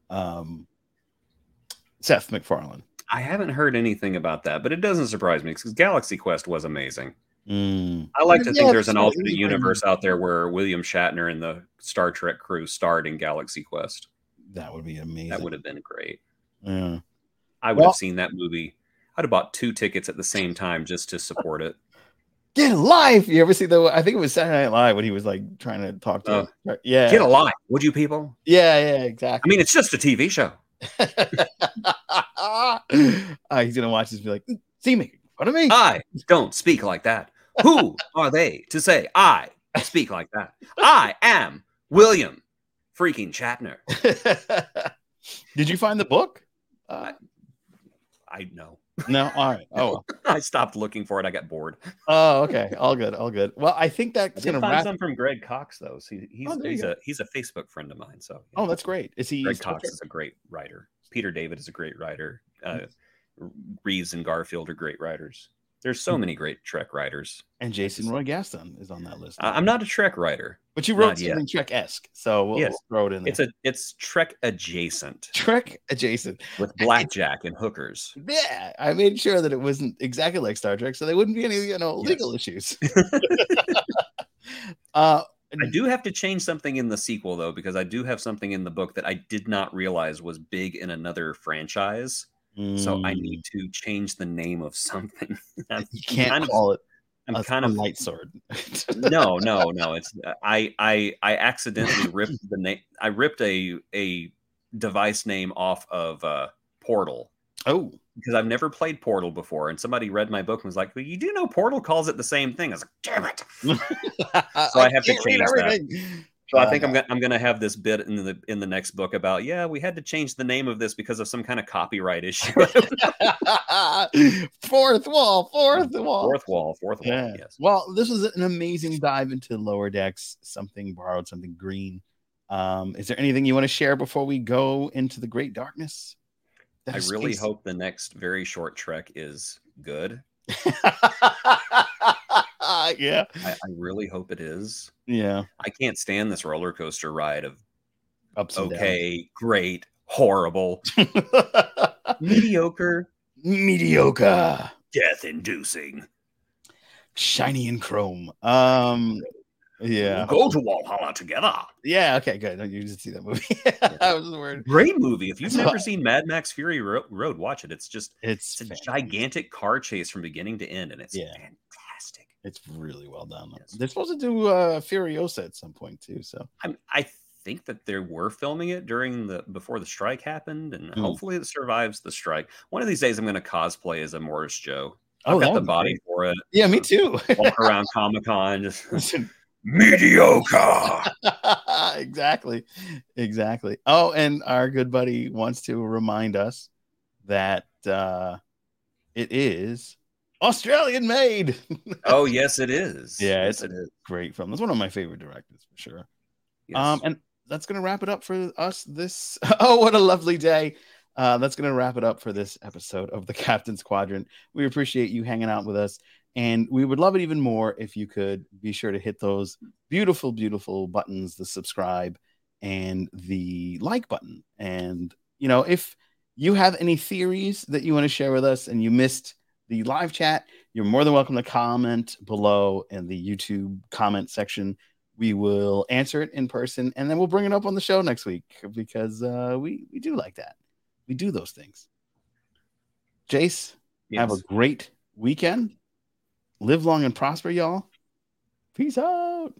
Speaker 1: um, Seth MacFarlane.
Speaker 2: I haven't heard anything about that, but it doesn't surprise me because Galaxy Quest was amazing. I like to
Speaker 1: Yeah,
Speaker 2: think there's an
Speaker 1: so
Speaker 2: alternate
Speaker 1: anyway.
Speaker 2: universe out there where William Shatner and the Star Trek crew starred in Galaxy Quest.
Speaker 1: That would be amazing.
Speaker 2: That would have been great.
Speaker 1: Yeah.
Speaker 2: I would
Speaker 1: Well-
Speaker 2: have seen that movie. I'd have bought two tickets at the same time just to support it.
Speaker 1: Get alive! You ever see the? I think it was Saturday Night Live when he was like trying to talk to. yeah,
Speaker 2: Uh, Get alive, would you people?
Speaker 1: yeah, yeah, exactly.
Speaker 2: I mean, it's just a TV show.
Speaker 1: uh, he's gonna watch this and be like, "Mm, see me, what of me?
Speaker 2: I don't speak like that. Who are they to say I speak like that? I am William freaking Shatner. Uh,
Speaker 1: Did you find the book? Uh,
Speaker 2: I know.
Speaker 1: no, all right. Oh, well.
Speaker 2: I stopped looking for it. I got bored.
Speaker 1: oh, okay, all good, all good. Well, I think
Speaker 2: I
Speaker 1: that's
Speaker 2: did
Speaker 1: gonna
Speaker 2: find
Speaker 1: wrap.
Speaker 2: some from Greg Cox though. So he- he's
Speaker 1: Oh, there you
Speaker 2: he's
Speaker 1: go.
Speaker 2: a he's a Facebook friend of mine. So
Speaker 1: Oh, that's great. Is he?
Speaker 2: Greg Cox is a great writer. Peter David is a great writer. Uh, Reeves and Garfield are great writers. There's
Speaker 1: Mm-hmm.
Speaker 2: so many great Trek writers.
Speaker 1: and Jason Roy Gaston is on that list.
Speaker 2: I- I'm not a Trek writer.
Speaker 1: but you
Speaker 2: not
Speaker 1: wrote
Speaker 2: yet.
Speaker 1: something Trek esque, so we'll,
Speaker 2: Yes.
Speaker 1: we'll throw it in there.
Speaker 2: It's a it's Trek adjacent
Speaker 1: Trek adjacent.
Speaker 2: with blackjack and hookers.
Speaker 1: Yeah, I made sure that it wasn't exactly like Star Trek, so there wouldn't be any you know
Speaker 2: Yes.
Speaker 1: legal issues. uh,
Speaker 2: I do have to change something in the sequel though, because I do have something in the book that I did not realize was big in another franchise. So I
Speaker 1: mm,
Speaker 2: Hmm. need to change the name of something. I'm
Speaker 1: You can't
Speaker 2: kind of-
Speaker 1: call it.
Speaker 2: I'm
Speaker 1: a,
Speaker 2: kind
Speaker 1: a
Speaker 2: of
Speaker 1: light sword.
Speaker 2: no, no, no. It's uh, I I I accidentally ripped the name. I ripped a a device name off of uh, Portal
Speaker 1: oh,
Speaker 2: because I've never played Portal before, and somebody read my book and was like, "Well, you do know Portal calls it the same thing." I was like, "Damn it!" I have to
Speaker 1: can't read
Speaker 2: change that.
Speaker 1: everything.
Speaker 2: So I think
Speaker 1: Uh,
Speaker 2: I'm gonna I'm gonna have this bit in the in the next book about yeah, we had to change the name of this because of some kind of copyright issue.
Speaker 1: fourth wall, fourth wall.
Speaker 2: Hmm. fourth wall, fourth wall.
Speaker 1: Yeah.
Speaker 2: Yes.
Speaker 1: Well, this was an amazing dive into lower decks, something borrowed, something green. Um, is there anything you want to share before we go into the great darkness? That
Speaker 2: I
Speaker 1: is
Speaker 2: really
Speaker 1: space.
Speaker 2: hope the next very short trek is good.
Speaker 1: yeah.
Speaker 2: I, I really hope it is.
Speaker 1: Yeah.
Speaker 2: I can't stand this roller coaster ride of
Speaker 1: Ups and
Speaker 2: okay, great, horrible,
Speaker 1: downs.
Speaker 2: mediocre,
Speaker 1: Mediocre.
Speaker 2: death inducing.
Speaker 1: Shiny and chrome. Um yeah.
Speaker 2: Go to Walhalla together.
Speaker 1: Yeah, okay, good. You just see that movie. I was worried.
Speaker 2: Great movie. If you've never seen Mad Max Fury Ro- Road, watch it. It's just
Speaker 1: It's
Speaker 2: it's a
Speaker 1: fan-
Speaker 2: gigantic car chase from beginning to end, and it's
Speaker 1: Yeah.
Speaker 2: fantastic.
Speaker 1: it's really well done.
Speaker 2: Yes.
Speaker 1: They're supposed to do uh Furiosa at some point too, so
Speaker 2: I, I think that they were filming it during the before the strike happened, and
Speaker 1: Hmm.
Speaker 2: hopefully it survives the strike. One of these days, I'm going to cosplay as a Morris Joe.
Speaker 1: Oh,
Speaker 2: I've
Speaker 1: that
Speaker 2: got
Speaker 1: would
Speaker 2: the
Speaker 1: be
Speaker 2: body for it.
Speaker 1: Yeah, me too.
Speaker 2: Walk around Comic Con, just mediocre.
Speaker 1: exactly. Exactly. Oh, and our good buddy wants to remind us that uh it is Australian made.
Speaker 2: Oh yes, it is.
Speaker 1: Yeah,
Speaker 2: yes,
Speaker 1: it's-
Speaker 2: it is.
Speaker 1: Great film. That's one of my favorite directors for sure.
Speaker 2: Yes.
Speaker 1: Um, and that's going to wrap it up for us this. Oh, what a lovely day. Uh, that's going to wrap it up for this episode of the Captain's Quadrant. We appreciate you hanging out with us. And we would love it even more if you could be sure to hit those beautiful, beautiful buttons the subscribe and the like button. And, you know, if you have any theories that you want to share with us and you missed the live chat, you're more than welcome to comment below in the YouTube comment section we will answer it in person and then we'll bring it up on the show next week because uh, we we do like that we do those things jace have a
Speaker 2: Yes.
Speaker 1: great weekend live long and prosper y'all peace out